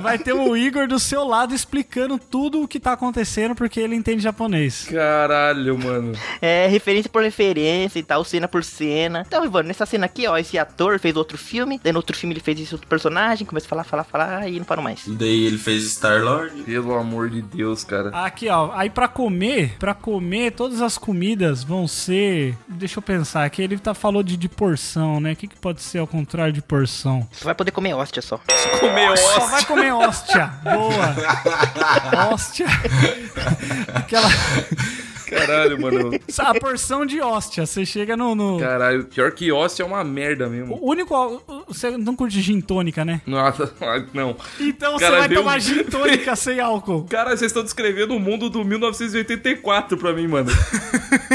Vai ter o Igor do seu lado explicando tudo o que tá acontecendo porque ele entende japonês. Caralho, mano. É, referência por referência e tal, cena por cena. Então, Ivan, nessa cena aqui, ó, esse ator fez outro filme, daí no outro filme ele fez esse outro personagem, começa a falar, falar, falar e não parou mais. E daí ele fez Star-Lord. Pelo amor de Deus, cara. Aqui, ó. Aí pra comer, pra comer, todas as comidas vão ser. Deixa eu pensar aqui. Ele tá falou de, de porção, né? O que, que pode ser ao contrário de porção? Você vai poder comer hóstia só. Comer Só osso. vai comer hóstia. Boa. Hóstia. Aquela. Caralho, mano. A porção de hóstia. Você chega no. no- Caralho. Pior que osso é uma merda mesmo. O único. ó, Você não curte gin tônica, né? Nossa, não. Então você Cara, vai deu- um- tomar gin tônica sem álcool. Cara, vocês estão descrevendo o mundo do 1984 pra mim, mano.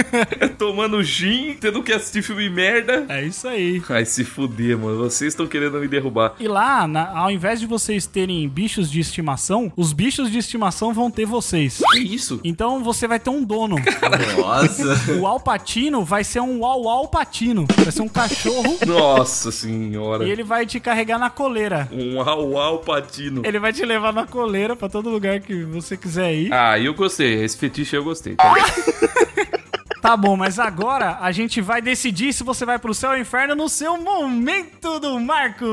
Tomando gin, tendo que assistir filme merda. É isso aí. Ai, se fuder, mano. Vocês estão querendo me derrubar. E lá, na- ao invés de vocês terem bichos de estimação, os bichos de estimação vão ter vocês. Que isso? Então você vai ter um dono. Nossa. O Alpatino vai ser um Uau Alpatino. Vai ser um cachorro Nossa senhora. e ele vai te carregar na coleira. Um au-au patino. Ele vai te levar na coleira pra todo lugar que você quiser ir. Ah, eu gostei. Esse fetiche eu gostei. Tá bom, mas agora a gente vai decidir se você vai pro céu ou inferno no seu momento do Marco.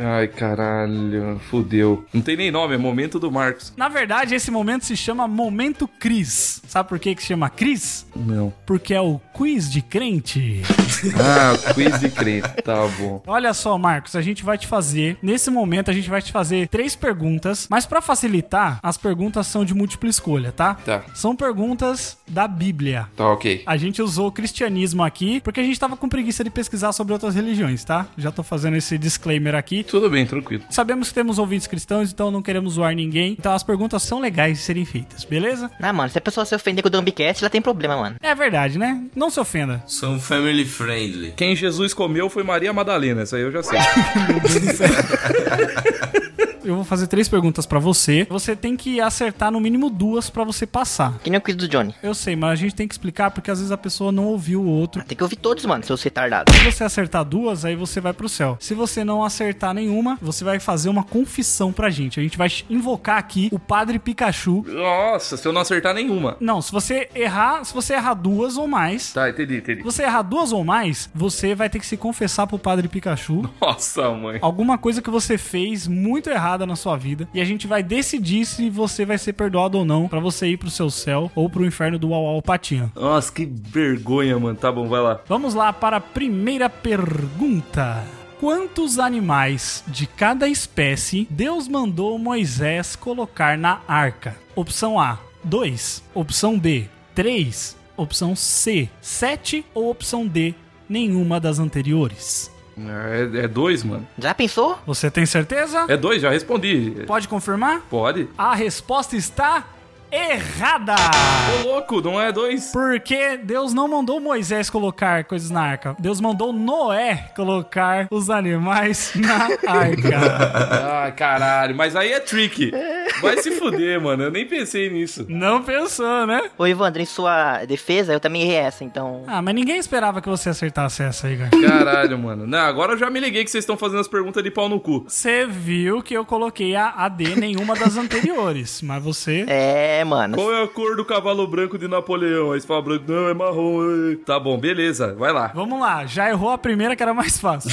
Ai, caralho. Fudeu. Não tem nem nome, é momento do Marcos. Na verdade, esse momento se chama Momento Cris. Sabe por que que se chama Cris? Não. Porque é o quiz de crente. Ah, quiz de crente. Tá bom. Olha só, Marcos, a gente vai te fazer, nesse momento a gente vai te fazer três perguntas, mas pra facilitar, as perguntas são de múltipla escolha, tá? Tá. São perguntas da Bíblia. Tá ok. A gente usou o cristianismo aqui porque a gente tava com preguiça de pesquisar sobre outras religiões, tá? Já tô fazendo esse disclaimer aqui. Tudo bem, tranquilo. Sabemos que temos ouvintes cristãos, então não queremos zoar ninguém. Então as perguntas são legais de serem feitas, beleza? Ah, mano, se a pessoa se ofender com o Dumbcast, ela tem problema, mano. É verdade, né? Não se ofenda. Sou um family friendly. Quem Jesus comeu foi Maria Madalena. Isso aí eu já sei. Eu vou fazer três perguntas pra você. Você tem que acertar no mínimo duas pra você passar. Que nem o quiz do Johnny. Eu sei, mas a gente tem que explicar porque às vezes a pessoa não ouviu o outro. Tem que ouvir todos, mano, seus retardados. Se você acertar duas, aí você vai pro céu. Se você não acertar nenhuma, você vai fazer uma confissão pra gente. A gente vai invocar aqui o Padre Pikachu. Nossa, se eu não acertar nenhuma. Não, se você errar, se você errar duas ou mais, Tá, entendi, entendi. se você errar duas ou mais, você vai ter que se confessar pro Padre Pikachu. Nossa, mãe. Alguma coisa que você fez muito errada na sua vida. E a gente vai decidir se você vai ser perdoado ou não pra você ir pro seu céu ou pro inferno do Uau Uau Patinho. Nossa, que vergonha, mano. Tá bom, vai lá. Vamos lá para a primeira pergunta. quantos animais de cada espécie Deus mandou Moisés colocar na arca? Opção A, 2. Opção B, 3. Opção C, 7. Ou opção D, nenhuma das anteriores. É, é dois, mano. Já pensou? Você tem certeza? É dois, já respondi. Pode confirmar? Pode. A resposta está errada! Ô, louco, não é dois. Porque Deus não mandou Moisés colocar coisas na arca. Deus mandou Noé colocar os animais na arca. Ah, caralho. Mas aí é trick. Vai se fuder, mano. Eu nem pensei nisso. não pensou, né? Ô, Evandro, em sua defesa, eu também errei essa, então. Ah, mas ninguém esperava que você acertasse essa, Igor. Caralho, mano. Não, agora eu já me liguei que vocês estão fazendo as perguntas de pau no cu. Você viu que eu coloquei a AD nenhuma das anteriores, mas você. É, mano. Qual é a cor do cavalo branco de Napoleão? Aí você fala branco, não, é marrom. é. Tá bom, beleza, vai lá. Vamos lá, já errou a primeira que era mais fácil.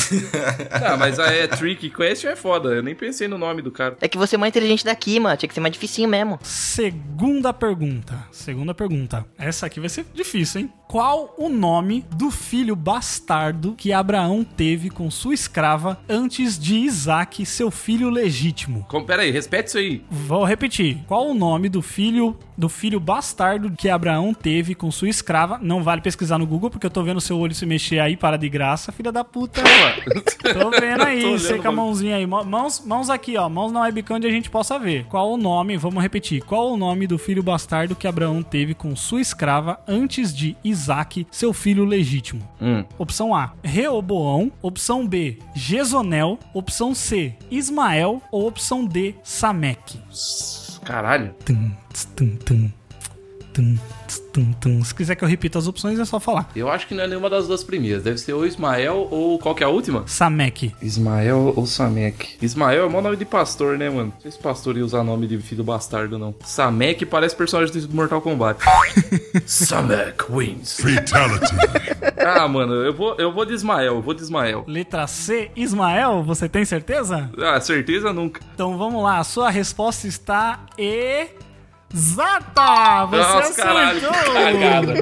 Ah, mas a é Trick Question é foda. Eu nem pensei no nome do cara. É que você é mais inteligente daqui, mano. Tinha que ser mais dificinho mesmo. Segunda pergunta. Segunda pergunta. Essa aqui vai ser difícil, hein? Qual o nome do filho bastardo que Abraão teve com sua escrava antes de Isaac, seu filho legítimo? Como, pera aí, respete isso aí. Vou repetir. Qual o nome do filho do filho bastardo que Abraão teve com sua escrava? Não vale pesquisar no Google porque eu tô vendo seu olho se mexer aí, para de graça, filha da puta. Tô vendo Tô aí, olhando, você com a mano. mãozinha aí. Mão- Mãos, mãos aqui, ó. Mãos na webcam onde a gente possa ver. Qual o nome, vamos repetir, qual o nome do filho bastardo que Abraão teve com sua escrava antes de Isaac, seu filho legítimo? Hum. Opção A, Reoboão. Opção B, Jezonel. Opção C, Ismael. Ou opção D, Samek. Caralho. Tum, tss, tum, tum. Tum, tss, tum, tum. Se quiser que eu repita as opções, é só falar. Eu acho que não é nenhuma das duas primeiras. Deve ser ou Ismael ou qual que é a última? Samek. Ismael ou Samek? Ismael é o maior nome de pastor, né, mano? Não sei se pastor ia usar nome de filho bastardo, não. Samek parece personagem do Mortal Kombat. Samek wins. ah, mano, eu vou, eu vou de Ismael, eu vou de Ismael. Letra C, Ismael, você tem certeza? Ah, certeza nunca. Então vamos lá, a sua resposta está exata! Você acertou! cagada.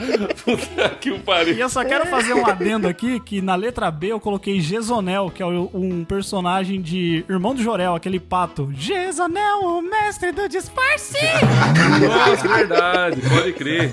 Puta que o E pariu. eu só quero fazer um adendo aqui, que na letra B eu coloquei Gesonel, que é o- um personagem de Irmão do Jorel, aquele pato. Gesonel, o mestre do disfarce! Nossa, verdade, pode crer.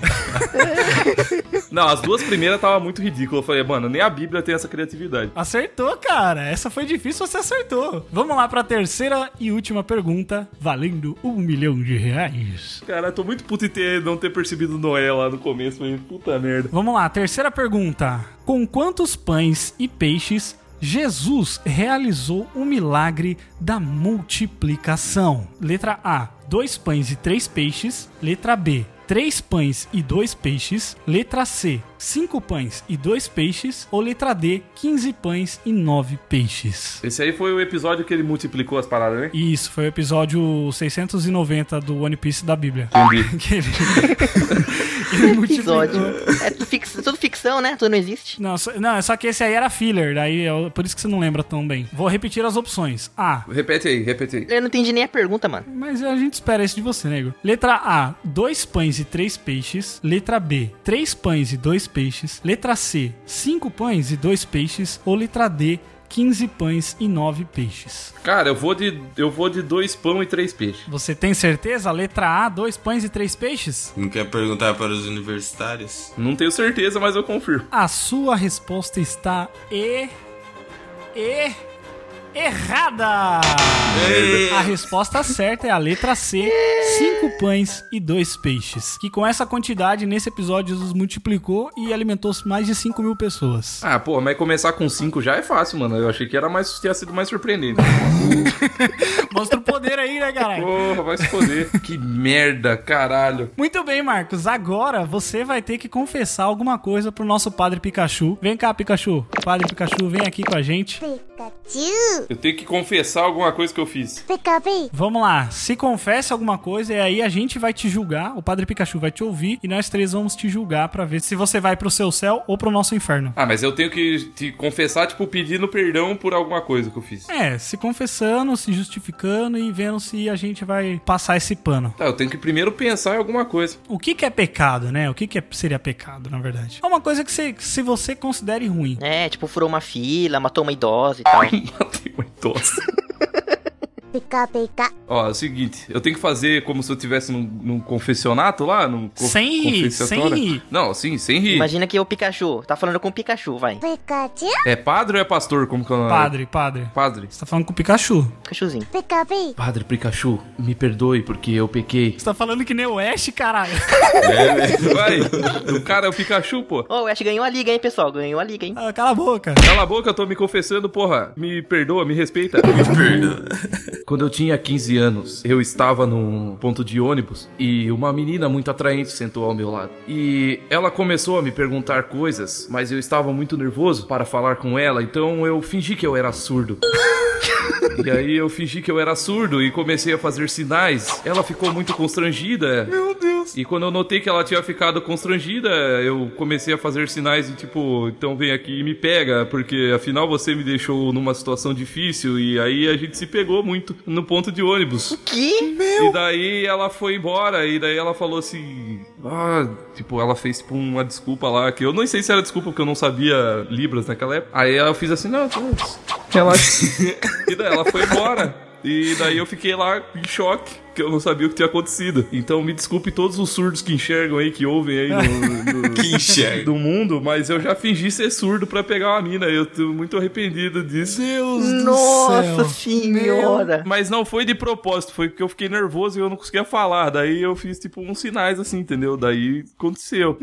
Não, as duas primeiras tava muito ridículo. Eu falei, mano, nem a Bíblia tem essa criatividade. Acertou, cara! Essa foi difícil, você acertou! Vamos lá pra terceira e última pergunta, valendo um milhão de reais. Cara, eu tô muito puto em ter, não ter percebido Noé lá no começo, mas puta merda. Vamos lá, terceira pergunta. Com quantos pães e peixes Jesus realizou o milagre da multiplicação? Letra A: dois pães e três peixes. Letra B: três pães e dois peixes. Letra C: cinco pães e dois peixes. Ou letra D: 15 pães e nove peixes. Esse aí foi o episódio que ele multiplicou as paradas, né? E Isso foi o episódio 690 do One Piece da Bíblia. Entendi. Que ele, ele multiplicou. Episódio. É tudo, fix- tudo ficção, né? Tudo não existe. Não, só, não, é só que esse aí era filler, daí é o- por isso que você não lembra tão bem. Vou repetir as opções. A. Repete aí, repete aí. Eu não entendi nem a pergunta, mano. Mas a gente espera isso de você, nego. Letra A, dois pães e três peixes. Letra B, três pães e dois peixes. Letra C, cinco pães e dois peixes. Ou letra D, 15 pães e nove peixes. Cara, eu vou de, eu vou de dois pão e três peixes. Você tem certeza? Letra A, dois pães e três peixes? Não quer perguntar para os universitários? Não tenho certeza, mas eu confirmo. A sua resposta está E. E. Errada! A resposta certa é a letra C: cinco pães e dois peixes. Que com essa quantidade, nesse episódio, Jesus multiplicou e alimentou mais de 5 mil pessoas. Ah, pô, mas começar com cinco já é fácil, mano. Eu achei que era mais, tinha sido mais surpreendente. Mostra o poder aí, né, caralho? Porra, vai se foder. que merda, caralho. Muito bem, Marcos. Agora você vai ter que confessar alguma coisa pro nosso padre Pikachu. Vem cá, Pikachu. Padre Pikachu, vem aqui com a gente. Eu tenho que confessar alguma coisa que eu fiz. Vamos lá. Se confesse alguma coisa e aí a gente vai te julgar, o Padre Pikachu vai te ouvir e nós três vamos te julgar pra ver se você vai pro seu céu ou pro nosso inferno. Ah, mas eu tenho que te confessar, tipo, pedindo perdão por alguma coisa que eu fiz. É, se confessando, se justificando e vendo se a gente vai passar esse pano. Tá, eu tenho que primeiro pensar em alguma coisa. O que que é pecado, né? O que que é- seria pecado, na verdade? É uma coisa que se, que se você considere ruim. É, tipo, furou uma fila, matou uma idosa e tal. Matei uma idosa. ピカピカ。 Ó, é o seguinte, eu tenho que fazer como se eu estivesse num, num confessionato lá? Num co- Sem rir, confessionatório? sem rir. Não, sim, sem rir. Imagina que é o Pikachu, tá falando com o Pikachu, vai. ピカチュウ É padre ou é pastor? Como que é o nome? Padre, padre. Padre. Você tá falando com o Pikachu. ピカピー Padre Pikachu, me perdoe porque eu pequei. Você tá falando que nem o Ash, caralho. Vai, o cara é o Pikachu, pô. Ô, o Ash ganhou a liga, hein, pessoal? Ganhou a liga, hein? Ah, cala a boca. Cala a boca, eu tô me confessando, porra. Me perdoa, me respeita. Quando eu tinha 15 anos, eu estava num ponto de ônibus e uma menina muito atraente sentou ao meu lado. E ela começou a me perguntar coisas, mas eu estava muito nervoso para falar com ela, então eu fingi que eu era surdo. E aí eu fingi que eu era surdo e comecei a fazer sinais. Ela ficou muito constrangida. Meu Deus. E quando eu notei que ela tinha ficado constrangida, eu comecei a fazer sinais de tipo, então vem aqui e me pega, porque afinal você me deixou numa situação difícil e aí a gente se pegou muito no ponto de ônibus. Que? E daí ela foi embora, e daí ela falou assim. Ah, tipo, ela fez tipo uma desculpa lá, que eu não sei se era desculpa porque eu não sabia Libras naquela época. Aí eu fiz assim, não, tá, relaxa. e daí ela foi embora. E daí eu fiquei lá em choque, que eu não sabia o que tinha acontecido. Então me desculpe todos os surdos que enxergam aí, que ouvem aí no- no- Que enxerga. do mundo, mas eu já fingi ser surdo pra pegar uma mina. Eu tô muito arrependido disso. Nossa céu. senhora! Mas não foi de propósito, foi porque eu fiquei nervoso e eu não conseguia falar. Daí eu fiz tipo uns sinais assim, entendeu? Daí aconteceu.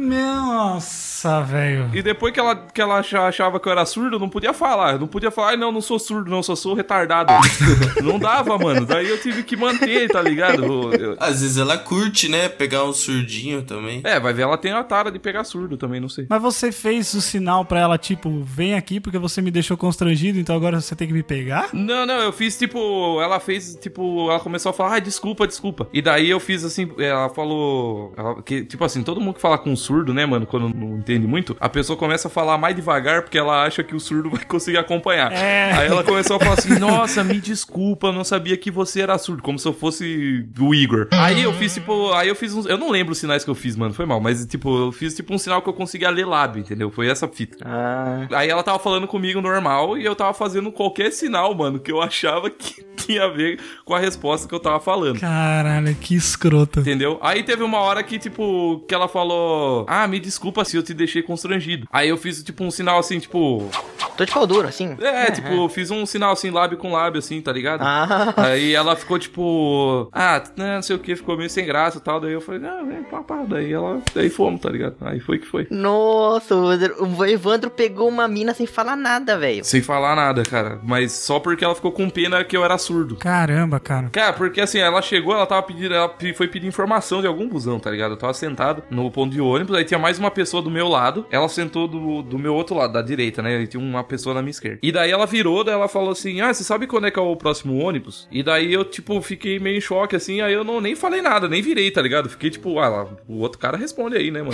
Nossa, velho. E depois que ela, que ela acha- achava que eu era surdo, eu não podia falar. Eu não podia falar, "Ai, não, não sou surdo, não, só sou retardado. não dava, mano. Daí eu tive que manter, tá ligado? Eu- eu- Às vezes ela curte, né? Pegar um surdinho também. É, vai ver, ela tem a tara de pegar surdo também, não sei. Mas você fez o sinal pra ela, tipo, vem aqui porque você me deixou constrangido, então agora você tem que me pegar? Não, não, eu fiz tipo. Ela fez tipo. Ela começou a falar, ah, desculpa, desculpa. E daí eu fiz assim. Ela falou. ela- que, tipo assim, todo mundo que fala com surdo, né, mano, quando não entende muito, a pessoa começa a falar mais devagar porque ela acha que o surdo vai conseguir acompanhar. É. Aí ela começou a falar assim: nossa, me desculpa, eu não sabia que você era surdo, como se eu fosse o Igor. Aí eu fiz tipo. Aí eu fiz uns. Eu não lembro os sinais que eu fiz, mano, foi mal, mas tipo, eu fiz tipo um sinal que eu conseguia ler lábio, entendeu? Foi essa fita. Ah, Aí ela tava falando comigo normal e eu tava fazendo qualquer sinal, mano, que eu achava que tinha a ver com a resposta que eu tava falando. Caralho, que escroto. Entendeu? Aí teve uma hora que, tipo, que ela falou: Ah, me desculpa se eu te deixei constrangido. Aí eu fiz, tipo, um sinal assim, tipo. tô de pau duro, assim. É, tipo, eu fiz um sinal assim, lábio com lábio, assim, tá ligado? Ah, Aí ela ficou tipo, ah, né, não sei o que, ficou meio sem graça e tal. Daí eu falei, não, vem, pá, pá. Daí ela, daí fomos, tá ligado? Aí foi que foi. nossa, o Evandro- o Evandro pegou uma mina sem falar nada, velho. Sem falar nada, cara. Mas só porque ela ficou com pena que eu era surdo. Caramba, cara. Cara, porque assim, ela chegou, ela tava pedindo, ela pe- foi pedir informação de algum busão, tá ligado? Eu tava sentado no ponto de ônibus, aí tinha mais uma pessoa do meu lado, ela sentou do, do meu outro lado, da direita, né? E tinha uma pessoa na minha esquerda. E daí ela virou, daí ela falou assim: Ah, você sabe quando é que é o próximo ônibus? E daí eu, tipo, fiquei meio em choque, assim, aí eu não, nem falei nada, nem virei, tá ligado? Fiquei tipo, ah, lá, o outro cara responde aí, né, mano?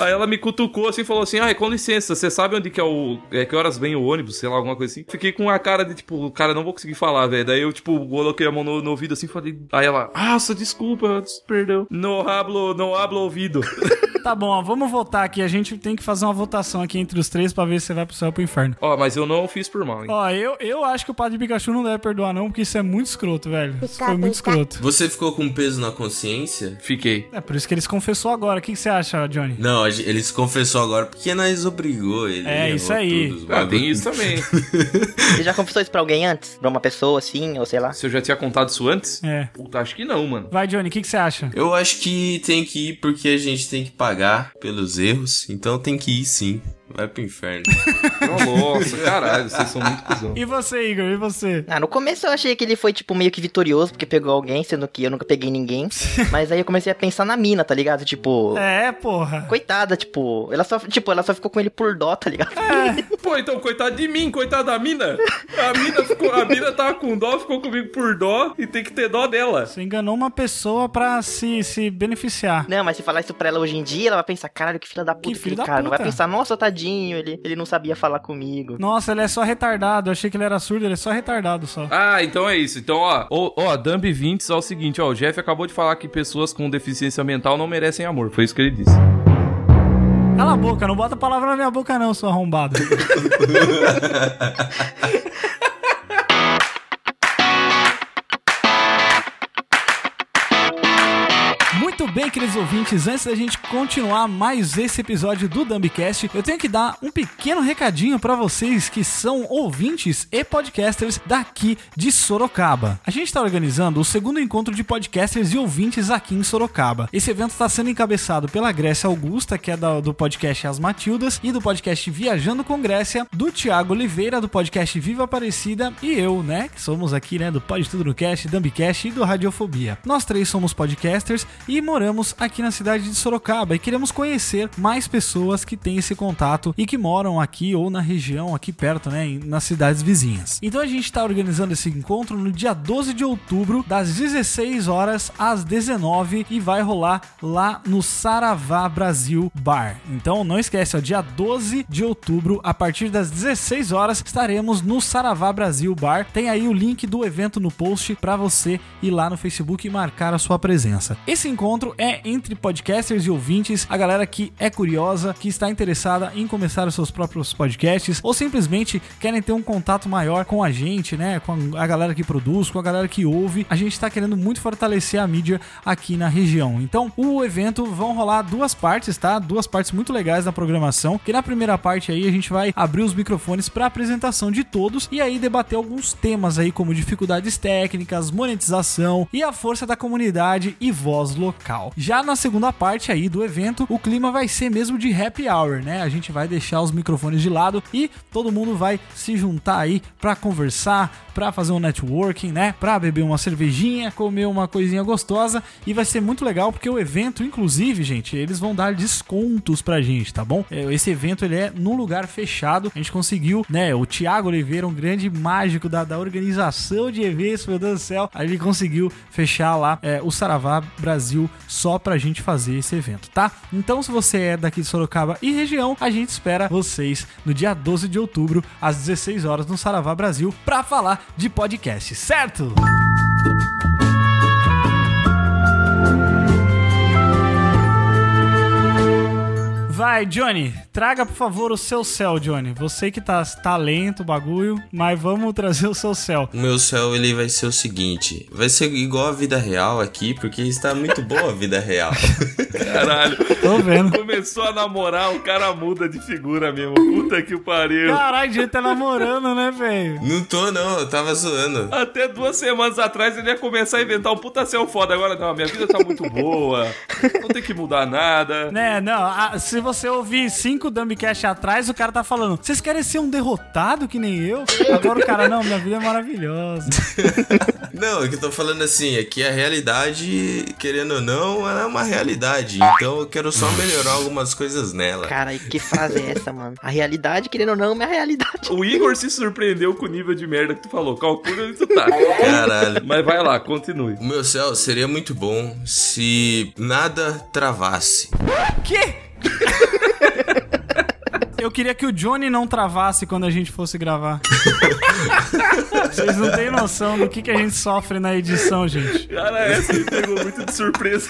Aí ela me cutucou assim e falou assim: Ai, com licença, você sabe onde que é o. É, que horas vem o ônibus, sei lá, alguma coisa assim. Fiquei com a cara de tipo, cara, não vou conseguir falar, velho. Daí eu, tipo, coloquei a mão no, no ouvido assim e falei. Aí ela, nossa, desculpa, perdão. Não hablo, não hablo ouvido. Tá bom, ó, vamos votar aqui. A gente tem que fazer uma votação aqui entre os três pra ver se você vai pro céu ou pro inferno. Ó, mas eu não fiz por mal, hein? Ó, eu, eu acho que o Padre Pikachu não deve perdoar, não, porque isso é muito escroto, velho. Isso foi muito escroto. Você ficou com peso na consciência? Fiquei. É por isso que eles confessou agora. O que que você acha, Johnny? Não, a gen- ele se confessou agora porque nós obrigou ele. É, ele isso errou aí. tudo, os Ah, bagulho. tem isso também. Você já confessou isso pra alguém antes? Pra uma pessoa, assim, ou sei lá? Se eu já tinha contado isso antes? É. Puta, acho que não, mano. Vai, Johnny, o que que você acha? Eu acho que tem que ir porque a gente tem que pagar pelos erros, então tem que ir sim. Vai pro inferno. Nossa, caralho, vocês são muito cuzão. E você, Igor? E você? Ah, no começo eu achei que ele foi, tipo, meio que vitorioso, porque pegou alguém, sendo que eu nunca peguei ninguém. Mas aí eu comecei a pensar na mina, tá ligado? Tipo. É, porra. Coitada, tipo, ela só, tipo, ela só ficou com ele por dó, tá ligado? É. Pô, então, coitado de mim, coitado da mina. A mina, ficou, a mina tava com dó, ficou comigo por dó e tem que ter dó dela. Você enganou uma pessoa pra se, se beneficiar. Não, mas se falar isso pra ela hoje em dia, ela vai pensar, caralho, que filha da puta Que filho aquele da cara. Não vai puta. pensar, nossa, tadinho, ele, ele não sabia falar comigo. Nossa, ele é só retardado. Eu achei que ele era surdo, ele é só retardado só. Ah, então é isso. Então, ó, ó, ó Dumb 20, só o seguinte, ó, o Jeff acabou de falar que pessoas com deficiência mental não merecem amor. Foi isso que ele disse. Cala a boca, não bota a palavra na minha boca, não, seu arrombado. Muito bem, queridos ouvintes, antes da gente continuar mais esse episódio do Dumbcast, eu tenho que dar um pequeno recadinho pra vocês que são ouvintes e podcasters daqui de Sorocaba. A gente tá organizando o segundo encontro de podcasters e ouvintes aqui em Sorocaba. Esse evento tá sendo encabeçado pela Grécia Augusta, que é da- do podcast As Matildas, e do podcast Viajando com Grécia, do Tiago Oliveira, do podcast Viva Aparecida, e eu, né, que somos aqui, né, do Pod Tudo no Cast, Dumbcast e do Radiofobia. Nós três somos podcasters e moramos aqui na cidade de Sorocaba e queremos conhecer mais pessoas que têm esse contato e que moram aqui ou na região aqui perto, né, em- nas cidades vizinhas. Então a gente está organizando esse encontro no dia 12 de outubro, das 16 horas às 19 e vai rolar lá no Saravá Brasil Bar. Então não esquece, ó, dia 12 de outubro, a partir das 16 horas, estaremos no Saravá Brasil Bar. Tem aí o link do evento no post para você ir lá no Facebook e marcar a sua presença. Esse encontro é entre podcasters e ouvintes, a galera que é curiosa, que está interessada em começar os seus próprios podcasts ou simplesmente querem ter um contato maior com a gente, né, com a galera que produz, com a galera que ouve. A gente está querendo muito fortalecer a mídia aqui na região. Então, o evento vão rolar duas partes, tá? Duas partes muito legais da programação. Que na primeira parte aí a gente vai abrir os microfones para apresentação de todos e aí debater alguns temas aí como dificuldades técnicas, monetização e a força da comunidade e voz local. Já na segunda parte aí do evento, o clima vai ser mesmo de happy hour, né? A gente vai deixar os microfones de lado e todo mundo vai se juntar aí para conversar, para fazer um networking, né? Para beber uma cervejinha, comer uma coisinha gostosa e vai ser muito legal porque o evento, inclusive, gente, eles vão dar descontos pra gente, tá bom? É, Esse evento ele é num lugar fechado. A gente conseguiu, né? O Thiago Oliveira, um grande mágico da, da organização de eventos, meu Deus do céu, aí ele conseguiu fechar lá é, o Saravá Brasil só pra gente fazer esse evento, tá? Então, se você é daqui de Sorocaba e região, a gente espera vocês no dia 12 de outubro, às 16 horas, no Saravá Brasil, pra falar de podcast, certo? Vai, Johnny, traga por favor o seu céu, Johnny. Você que tá, tá lento o bagulho, mas vamos trazer o seu céu. O meu céu, ele vai ser o seguinte. Vai ser igual a vida real aqui, porque está muito boa a vida real. Caralho. Tô vendo. Começou a namorar, o cara muda de figura mesmo. Puta que pariu. Caralho, gente tá namorando, né, velho? não tô, não. Eu tava zoando. Até duas semanas atrás ele ia começar a inventar um puta céu foda. Agora, não, minha vida tá muito boa. Não tem que mudar nada. Né, não, a- se você ouvir cinco Dumbcast atrás, o cara tá falando, vocês querem ser um derrotado que nem eu? Agora o cara, não, minha vida é maravilhosa. Não, o que eu tô falando assim é que a realidade, querendo ou não, ela é uma realidade. Então eu quero só melhorar algumas coisas nela. Cara, e que frase é essa, mano? A realidade, querendo ou não, é a realidade. O Igor se surpreendeu com o nível de merda que tu falou. Calcula onde tu tá. Caralho. Mas vai lá, continue. O meu céu seria muito bom se nada travasse. Quê? Eu queria que o Johnny não travasse quando a gente fosse gravar. Vocês não têm noção do que, que a gente sofre na edição, gente. Cara, essa me pegou muito de surpresa.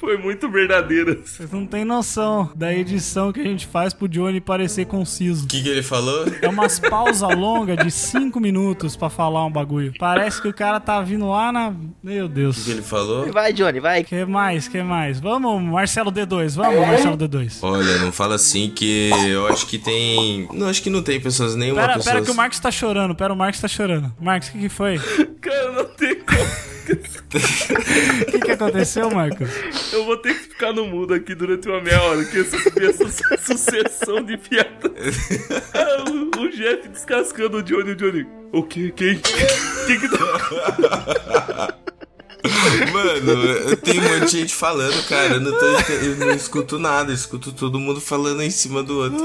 Foi muito verdadeira. Vocês não têm noção da edição que a gente faz pro Johnny parecer conciso. O que, que ele falou? É umas pausas longas de 5 minutos pra falar um bagulho. Parece que o cara tá vindo lá na. Meu O que Deus. ele falou? Vai, Johnny, vai. Que mais, que mais? Vamos, Marcelo D2, vamos, Marcelo D2. Olha, não fala assim que eu acho que tem. Não, acho que não tem pessoas, nenhuma Pera, pessoa. pera que o Marcos tá chorando, pera, o Marcos tá chorando. Marcos, o que, que foi? Cara, não tem como. O que, que aconteceu, Marcos? Eu vou ter que ficar no mudo aqui durante uma meia hora, que essa, essa su- sucessão de piadas. O- o Jeff descascando o Johnny, o Johnny. O que? Quem? Quem que tá. assim. Mano, tem um monte de gente falando, cara. Eu não, tô, ente- eu não escuto nada, eu escuto todo mundo falando em cima do outro.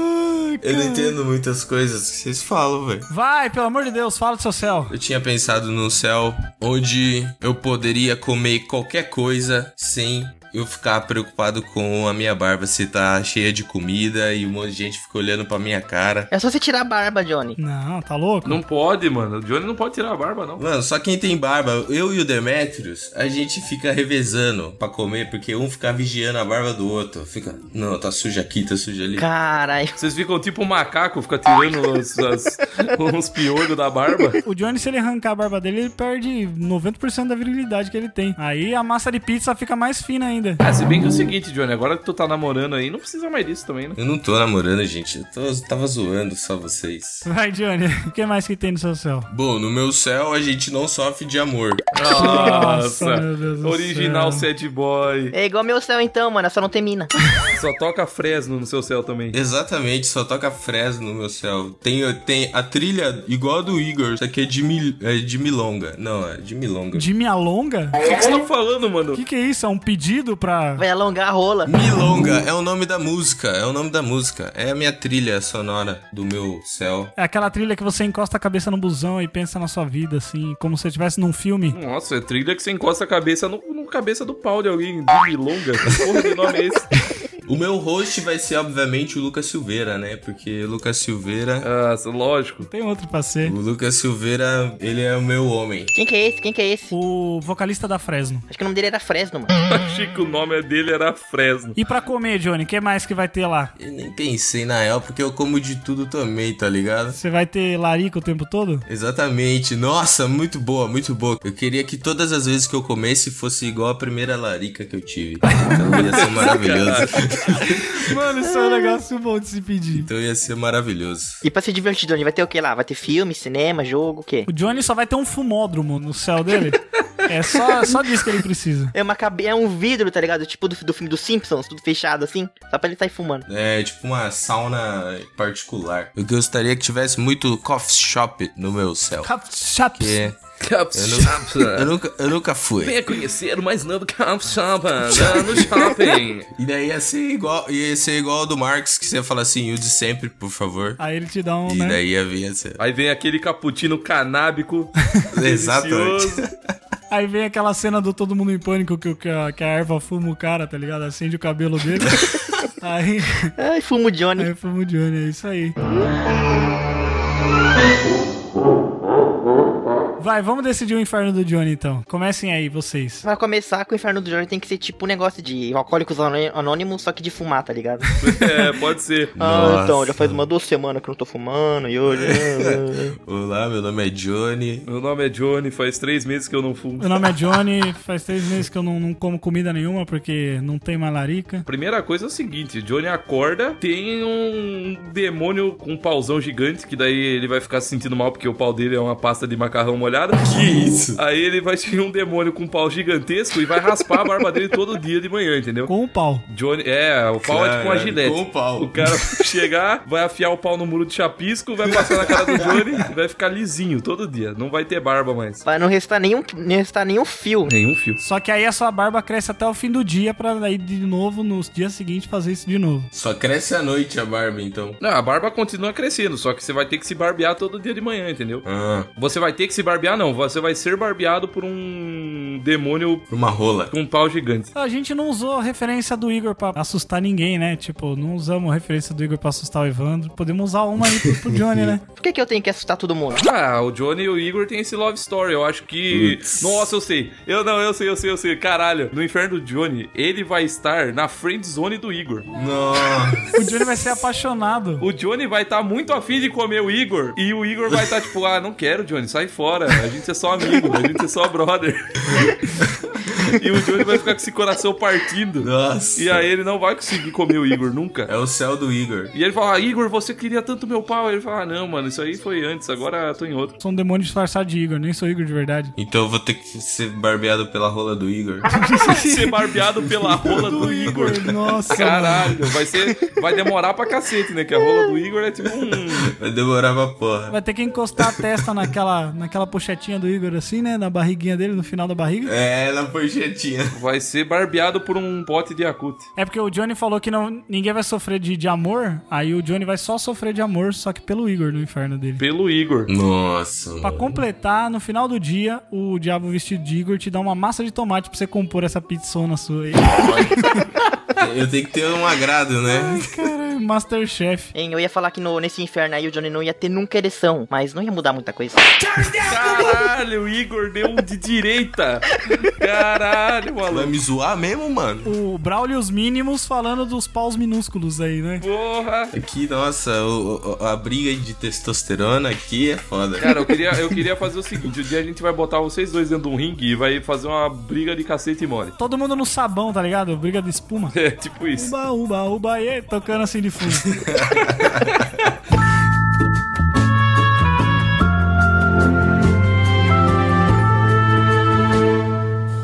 eu não entendo muitas coisas que vocês falam, velho. Vai, pelo amor de Deus, fala do seu céu. Eu tinha pensado num céu onde eu poderia comer qualquer coisa sem eu ficar preocupado com a minha barba se tá cheia de comida e um monte de gente fica olhando pra minha cara. É só você tirar a barba, Johnny. Não, tá louco? Não pode, mano. O Johnny não pode tirar a barba, não. Mano, só quem tem barba, eu e o Demetrius, a gente fica revezando pra comer, porque um fica vigiando a barba do outro. Fica, não, tá suja aqui, tá suja ali. Caralho. Vocês ficam tipo um macaco, fica tirando os, as, uns piolhos da barba. O Johnny, se ele arrancar a barba dele, ele perde 90% da virilidade que ele tem. Aí a massa de pizza fica mais fina ainda. Ah, se bem que é o seguinte, Johnny, agora que tu tá namorando aí, não precisa mais disso também, né? Eu não tô namorando, gente. Eu, tô- eu tava zoando só vocês. Vai, Johnny. O que mais que tem no seu céu? Bom, no meu céu a gente não sofre de amor. Nossa, meu Deus do Original céu. Sad Boy. É igual meu céu então, mano, só não tem mina. Só toca Fresno no seu céu também. Exatamente, só toca Fresno no meu céu. Tem, tem a trilha igual a do Igor, só que é de, mil, é de milonga. Não, é de milonga. De minha longa? O que, que você tá falando, mano? O que, que é isso? É um pedido pra. Vai alongar a rola. Milonga é o nome da música, é o nome da música. É a minha trilha sonora do meu céu. É aquela trilha que você encosta a cabeça no busão e pensa na sua vida, assim, como se você estivesse num filme. Nossa, é trilha que você encosta a cabeça no, no cabeça do pau de alguém. De milonga. Que porra de nome é esse? O meu host vai ser, obviamente, o Lucas Silveira, né? Porque o Lucas Silveira. Ah, lógico. Tem outro pra ser. O Lucas Silveira, ele é o meu homem. Quem que é esse? Quem que é esse? O vocalista da Fresno. Acho que o nome dele era Fresno, mano. Achei que o nome dele era Fresno. E pra comer, Johnny, o que mais que vai ter lá? Eu nem pensei na real, porque eu como de tudo também, tá ligado? Você vai ter larica o tempo todo? Exatamente. Nossa, muito boa, muito boa. Eu queria que todas as vezes que eu comesse fosse igual a primeira larica que eu tive. Então ia ser maravilhoso. Mano, isso é um negócio bom de se pedir. Então ia ser maravilhoso. E pra se divertir, Johnny, vai ter o que lá? Vai ter filme, cinema, jogo, o quê? O Johnny só vai ter um fumódromo no céu dele. É só, só disso que ele precisa. É uma cabe... é um vidro, tá ligado? Tipo do, do filme dos Simpsons, tudo fechado assim, só pra ele sair fumando. É tipo uma sauna particular. Eu gostaria que tivesse muito coffee shop no meu céu. Cap- chaps. É, eu, nu- eu nunca, eu nunca fui. conhecer o mais novo Camp Shopping no shopping. E daí ia ser igual, ia ser igual ao do Marx, que você ia falar assim, o de sempre, por favor. Aí ele te dá um, E né? daí ia vir a ser. Aí vem aquele cappuccino canábico. Exatamente. delicioso. Aí vem aquela cena do Todo Mundo em Pânico que, o- que a, que a erva fuma o cara, tá ligado? Acende o cabelo dele. aí, Ai, fumo Johnny. aí fuma o Johnny, é isso aí. Vai, vamos decidir o inferno do Johnny então. Comecem aí, vocês. Pra começar, com o Inferno do Johnny tem que ser tipo um negócio de Alcoólicos Anô- Anônimos, só que de fumar, tá ligado? É, pode ser. Ah, Nossa. então, já faz uma duas semanas que eu não tô fumando e hoje... né, Olá, meu nome é Johnny. Meu nome é Johnny, faz três meses que eu não fumo. Meu nome é Johnny, faz três meses que eu não, não como comida nenhuma porque não tem malarica. Primeira coisa é o seguinte, Johnny acorda, tem um demônio com um pauzão gigante, que daí ele vai ficar se sentindo mal porque o pau dele é uma pasta de macarrão molhada. Que isso? Aí ele vai tirar um demônio com um pau gigantesco e vai raspar a barba dele todo dia de manhã, entendeu? Com o pau. Johnny, é, o pau é tipo uma Caralho, gilete. com o pau. O cara vai chegar, vai afiar o pau no muro de chapisco, vai passar na cara do Johnny e vai ficar lisinho todo dia. Não vai ter barba mais. Vai não restar nenhum, não restar nenhum fio. Nenhum fio. Só que aí a sua barba cresce até o fim do dia pra daí de novo, nos dias seguintes, fazer isso de novo. Só cresce à noite a barba, então. Não, a barba continua crescendo, só que você vai ter que se barbear todo dia de manhã, entendeu? Ah, Você vai ter que se barbear, não. Você vai ser barbeado por um demônio pra uma rola. com um pau gigante. A gente não usou a referência do Igor pra assustar ninguém, né? Tipo, não usamos a referência do Igor pra assustar o Evandro. Podemos usar uma aí pro, pro Johnny, né? Por que que eu tenho que assustar todo mundo? Ah, o Johnny e o Igor tem esse love story. Eu acho que. Nossa, eu sei. Eu não, eu sei, eu sei, eu sei. Caralho, no inferno do Johnny, ele vai estar na friend zone do Igor. Nossa. O Johnny vai ser apaixonado. O Johnny vai estar muito afim de comer o Igor. tá, E o Igor vai estar tipo, ah, não quero, Johnny, sai fora. A gente é só amigo, a gente é só brother. E o Johnny vai ficar com esse coração partindo. Nossa. E aí ele não vai conseguir comer o Igor nunca. É o céu do Igor. E ele fala, ah, Igor, você queria tanto meu pau. Ele fala, ah, não, mano, isso aí foi antes, agora eu tô em outro. Sou um demônio disfarçado de Igor, nem sou Igor de verdade. Então eu vou ter que ser barbeado pela rola do Igor. Ser barbeado pela rola do Igor. né? Nossa, Caralho, vai ser. Vai demorar pra cacete, né? Que a rola do Igor é tipo um. Vai demorar pra porra. Vai ter que encostar a testa naquela, naquela pochetinha do Igor, assim, né? Na barriguinha dele, no final da barriga. É, na pochetinha. Vai ser barbeado por um pote de Yakut. É porque o Johnny falou que não, ninguém vai sofrer de, de amor, aí o Johnny vai só sofrer de amor, só que pelo Igor no inferno dele. Pelo Igor. Nossa, Pra mano. completar, no final do dia, o diabo vestido de Igor te dá uma massa de tomate pra você compor essa pizzona sua aí. Eu tenho que ter um agrado, né? Caralho, Masterchef. Hein, eu ia falar que no, nesse inferno aí o Johnny não ia ter nunca ereção, mas não ia mudar muita coisa. Caralho, o Igor deu um de direita. Caralho, Vai maluco. me zoar mesmo, mano? O Braulio e os mínimos falando dos paus minúsculos aí, né? Porra. Aqui, nossa, o- o- a briga de testosterona aqui é foda. Cara, eu queria, eu queria fazer o seguinte: o dia a gente vai botar vocês dois dentro de um ringue e vai fazer uma briga de cacete e mole. Todo mundo no sabão, tá ligado? Briga de espuma. É, tipo isso. Uba, uba, uba, e tocando assim de fundo.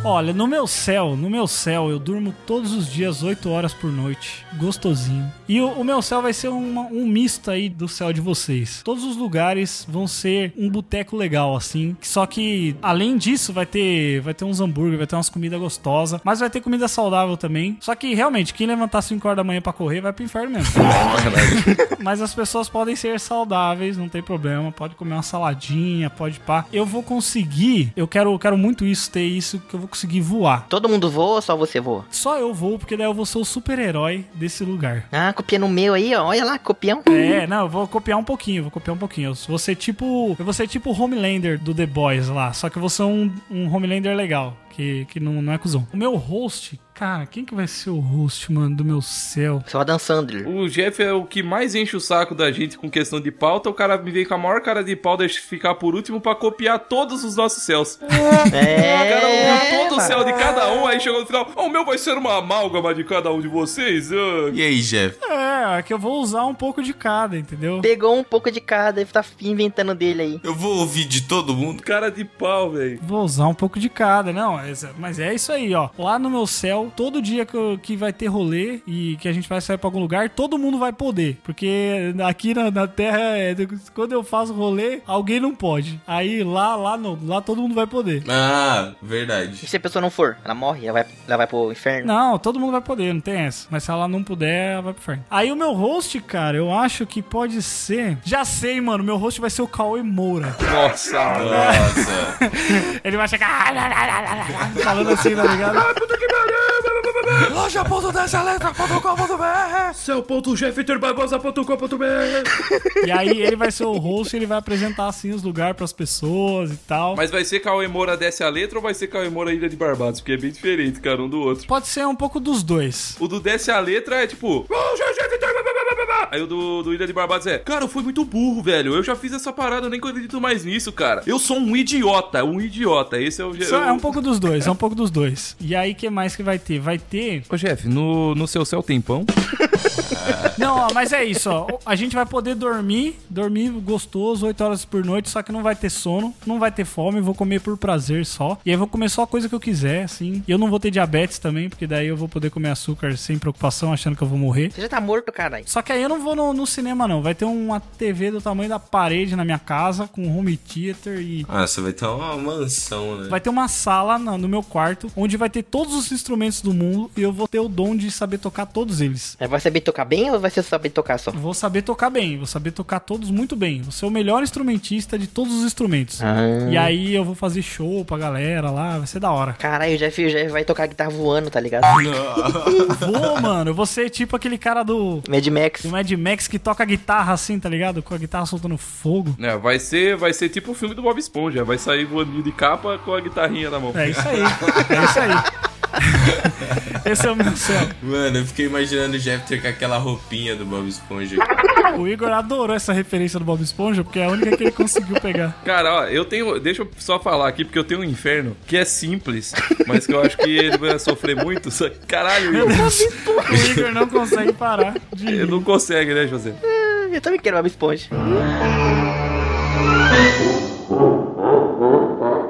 Olha, no meu céu, no meu céu, eu durmo todos os dias 8 horas por noite. Gostosinho. E o, o meu céu vai ser uma- um misto aí do céu de vocês. Todos os lugares vão ser um boteco legal, assim. Só que, além disso, vai ter, vai ter uns hambúrguer, vai ter umas comidas gostosas. Mas vai ter comida saudável também. Só que, realmente, quem levantar 5 horas da manhã pra correr vai pro inferno mesmo. Mas as pessoas podem ser saudáveis, não tem problema. Pode comer uma saladinha, pode pá. Eu vou conseguir, eu quero, eu quero muito isso, ter isso, que eu vou conseguir voar. Todo mundo voa ou só você voa? Só eu vou, porque daí eu vou ser o super-herói desse lugar. Ah, copiando o meu aí, ó. Olha lá, copião. É, não, eu vou copiar um pouquinho, eu vou copiar um pouquinho. Eu vou ser tipo. Eu vou ser tipo o Homelander do The Boys lá. Só que eu vou ser um, um Homelander legal. Que, que não, não é cuzão. O meu host, cara, quem que vai ser o host, mano, do meu céu? Só é Adam Sandler. O Jeff é o que mais enche o saco da gente com questão de pauta. O cara me vem com a maior cara de pau, deixa ficar por último pra copiar todos os nossos céus. O cara É. uniu todo o céu de cada um, aí chegou no final. "Ah, o meu vai ser uma amálgama de cada um de vocês? ah." E aí, Jeff? É, é que eu vou usar um pouco de cada, entendeu? Pegou um pouco de cada e tá inventando dele aí. Eu vou ouvir de todo mundo? Cara de pau, velho. Vou usar um pouco de cada, não, mas- mas é isso aí, ó. Lá no meu céu, todo dia que, eu- que vai ter rolê e que a gente vai sair pra algum lugar, todo mundo vai poder. Porque aqui na, na Terra, é, quando eu faço rolê, alguém não pode. Aí lá, lá não, lá todo mundo vai poder. Ah, E verdade. se a pessoa não for? Ela morre? Ela vai, ela vai pro inferno? Não, todo mundo vai poder, não tem essa. Mas se ela não puder, ela vai pro inferno. Aí o meu host, cara, eu acho que pode ser. Já sei, mano, meu host vai ser o Cauê Moura. Nossa, mano. Nossa. Ele vai chegar falando assim, tá ligado? Seu.jeffterbarbosa.com.br E aí ele vai ser o host, ele vai apresentar assim os lugares pras pessoas e tal. Mas vai ser Cauê Moura desce a letra ou vai ser Cauê Moura Ilha de Barbados? Porque é bem diferente, cara, um do outro. Pode ser um pouco dos dois. O do desce a letra é tipo. "Oh, Jeff Terbar- blá, blá, blá, blá, blá." Aí o do, do Ilha de Barbados é. Cara, eu fui muito burro, velho. Eu já fiz essa parada, eu nem acredito mais nisso, cara. Eu sou um idiota, um idiota. Esse é o. Só é um pouco dos dois, é um pouco dos dois. E aí, que mais que vai ter? Vai ter. Ô, Jeff, no, no seu céu tem pão? Não, ó, mas é isso, ó. A gente vai poder dormir, dormir gostoso, 8 horas por noite, só que não vai ter sono, não vai ter fome, vou comer por prazer só. E aí vou comer só a coisa que eu quiser, assim. E eu não vou ter diabetes também, porque daí eu vou poder comer açúcar sem preocupação, achando que eu vou morrer. Você já tá morto, caralho. Só que aí eu não vou no, no cinema, não. Vai ter uma TV do tamanho da parede na minha casa, com home theater e. Ah, você vai ter uma mansão, né? Vai ter uma sala na- no meu quarto, onde vai ter todos os instrumentos do mundo e eu vou ter o dom de saber tocar todos eles. Mas Vai saber tocar bem ou vai ser saber tocar só? Vou saber tocar bem, vou saber tocar todos muito bem. Vou ser o melhor instrumentista de todos os instrumentos. E aí eu vou fazer show pra galera lá, vai ser da hora. Caralho, o Jeff, o Jeff vai tocar guitarra voando, tá ligado? Vou, mano, eu vou ser tipo aquele cara do, Mad Max. do Mad Max que toca guitarra assim, tá ligado? Com a guitarra soltando fogo. É, vai ser, vai ser tipo o filme do Bob Esponja. Vai sair voando de capa com a guitarrinha na mão. É isso aí, é isso aí. Esse é o meu céu. Mano, eu fiquei imaginando o Jeffter com aquela roupinha do Bob Esponja. O Igor adorou essa referência do Bob Esponja, porque é a única que ele conseguiu pegar. Cara, ó, eu tenho. Deixa eu só falar aqui, porque eu tenho um inferno que é simples, mas que eu acho que ele vai sofrer muito. Só que, caralho, Meu Igor, Deus, o Igor não consegue parar de ele rir. não consegue, né, José? Ah, Eu também quero Bob Esponja.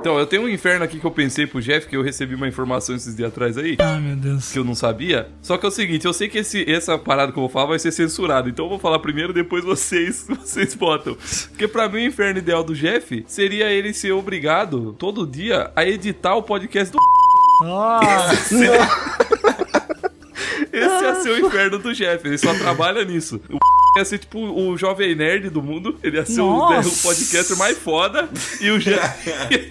Então, eu tenho um inferno aqui que eu pensei pro Jeff, que eu recebi uma informação esses dias atrás aí. Ah, meu Deus. que eu não sabia. Só que é o seguinte, eu sei que esse, essa parada que eu vou falar vai ser censurada. Então eu vou falar primeiro, depois vocês, vocês botam. Porque pra mim o inferno ideal do Jeff seria ele ser obrigado todo dia a editar o podcast do. Ah, Esse ia ser o inferno do Jeff. Ele só trabalha nisso. O ia ser tipo o jovem nerd do mundo. Ele ia ser o, Nossa. o podcaster mais foda. E o Jeff ia,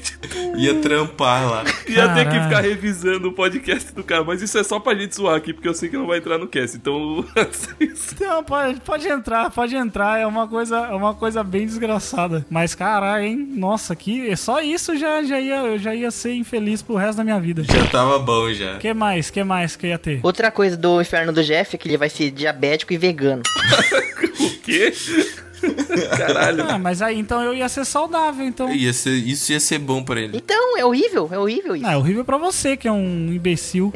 Ia trampar lá. ia ter que Caralho. ficar revisando o podcast do cara. Mas isso é só pra gente zoar aqui, porque eu sei que não vai entrar no cast. Então. então, pode, pode entrar, pode entrar. É uma coisa, é uma coisa bem desgraçada. Mas caralho, hein? Nossa, que é só isso já, já ia, eu já ia ser infeliz pro resto da minha vida. Já tava bom já. Que mais? Que mais que ia ter? Outra coisa do inferno do Jeff é que ele vai ser diabético e vegano. o quê? Caralho. Ah, mas aí então eu ia ser saudável, então. Ia ser- isso ia ser bom pra ele. Então, é horrível, é horrível isso. Ah, é horrível pra você que é um imbecil.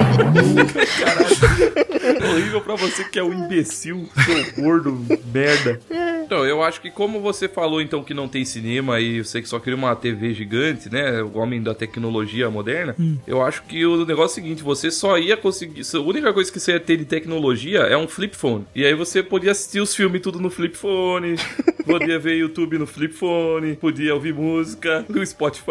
Horrível pra você que é um imbecil, seu gordo, merda. Então, eu acho que como você falou, então, que não tem cinema e você que só queria uma TV gigante, né? O homem da tecnologia moderna. Eu acho que o negócio é o seguinte, você só ia conseguir... A única coisa que você ia ter de tecnologia é um flip phone. E aí você podia assistir os filmes tudo no flip phone, podia ver YouTube no flip phone, podia ouvir música no Spotify.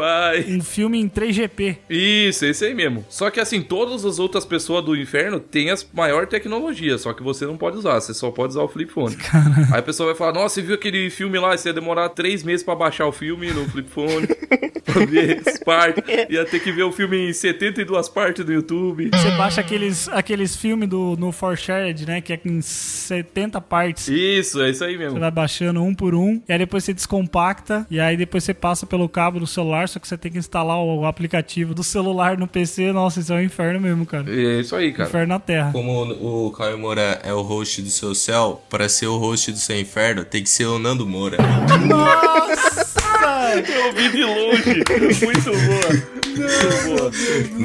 Um filme em 3GP. Isso, esse aí mesmo. Só que assim, todas as outras pessoas do inferno têm as maior tecnologia, só que você não pode usar, você só pode usar o flip phone. Aí a pessoa vai falar: Nossa, você viu aquele filme lá? Você ia demorar três meses pra baixar o filme no flip phone, pra ver as partes, ia ter que ver o filme em 72 partes do YouTube. Você baixa aqueles, aqueles filmes do, no For Shared, né? Que é em 70 partes. Isso, é isso aí mesmo. Você vai baixando um por um, e aí depois você descompacta, e aí depois você passa pelo cabo do celular, só que você tem que instalar o, o aplicativo do celular no PC. Nossa, isso é um inferno mesmo, cara. É isso aí, cara. Inferno na Terra. Como o o Caio Moura é o host do seu céu, pra ser o host do seu inferno, tem que ser o Nando Moura. Eu vi de longe. Muito boa. Muito boa.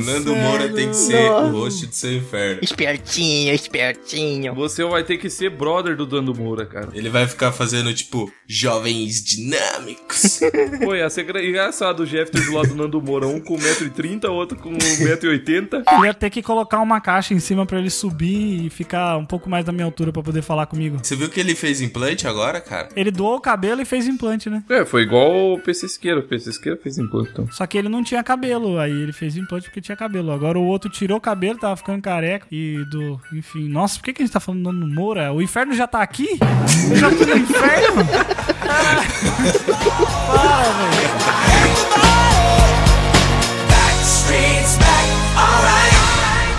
Nando Moura tem que ser o host do seu inferno. Espertinho, espertinho. Você vai ter que ser brother do Dando Moura, cara. Ele vai ficar fazendo tipo jovens dinâmicos. Pô, ia ser gra- engraçado o Jeffter do lado do Nando Moura, um com 1,30m, outro com 1,80m. Eu ia ter que colocar uma caixa em cima pra ele subir e ficar um pouco mais da minha altura pra poder falar comigo. Você viu que ele fez implante agora, cara? Ele doou o cabelo e fez implante, né? É, foi igual o PC Siqueira, o PC Siqueira fez implante. então. Só que ele não tinha cabelo, aí ele fez implante porque tinha cabelo. Agora o outro tirou o cabelo, tava ficando careca e do. Enfim, nossa, por que, que a gente tá falando do Nando Moura? O inferno já tá aqui? Eu já tô no inferno? Back streets back, alright.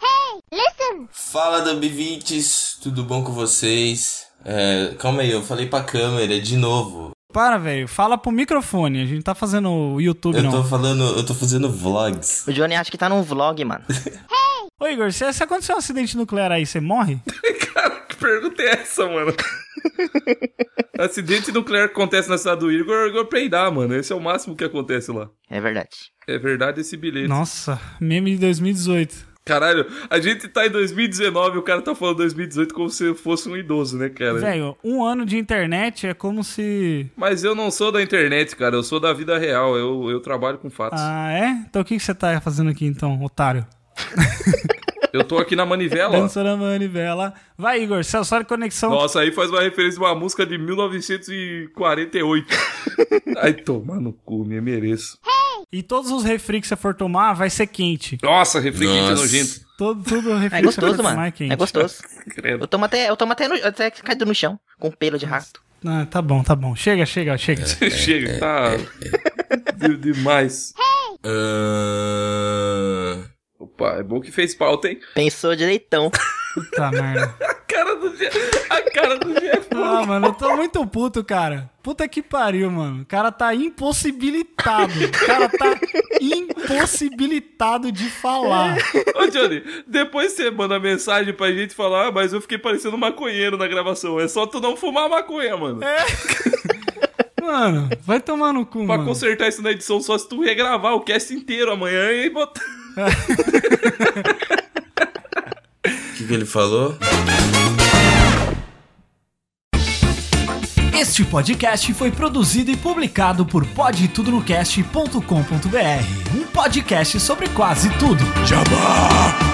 Hey, listen! Fala Dub20s, tudo bom com vocês? É, calma aí, eu falei pra câmera de novo. Para, velho, fala pro microfone. A gente tá fazendo o YouTube, Eu não. tô falando, eu tô fazendo vlogs. O Johnny acha que tá num vlog, mano. Ô, Igor, se, se acontecer um acidente nuclear aí, você morre? Cara, que pergunta é essa, mano? Acidente nuclear que acontece na cidade do Igor, o Igor peidar, mano. Esse é o máximo que acontece lá. É verdade. É verdade esse bilhete. Nossa, meme de 2018. Caralho, a gente tá em 2019 e o cara tá falando 2018 como se eu fosse um idoso, né, cara? Velho, um ano de internet é como se. Mas eu não sou da internet, cara. Eu sou da vida real. Eu, eu trabalho com fatos. Ah, é? Então o que, que você tá fazendo aqui então, otário? Eu tô aqui na manivela. ó. Dança na manivela. Vai, Igor, se a sua conexão Nossa, aí faz uma referência a uma música de 1948. Ai, tomar no cu, me mereço. E todos os refri que você for tomar vai ser quente. Nossa, refri quente Nossa. nojento. Todo, todo refri É que você for gostoso, tomar mano. é quente. É gostoso. Credo. Eu tomo até, eu tomo até, no, até caído no chão, com pelo de rato. Ah, tá bom, tá bom. Chega, chega, chega. Chega, tá. de- demais. Ah, Opa, é bom que fez pauta, hein? Pensou direitão. Puta merda. A cara do Jeff. A cara do Jeff. Ah, mano, eu tô muito puto, cara. Puta que pariu, mano. O cara tá impossibilitado. O cara tá impossibilitado de falar. Ô, Johnny, depois você manda mensagem pra gente falar, ah, mas eu fiquei parecendo um maconheiro na gravação. É só tu não fumar maconha, mano. Mano, vai tomar no cu, pra mano. consertar isso na edição, só se tu regravar o cast inteiro amanhã e botar. O que, que ele falou? Este podcast foi produzido e publicado por podtudonocast.com.br, um podcast sobre quase tudo. Jabá!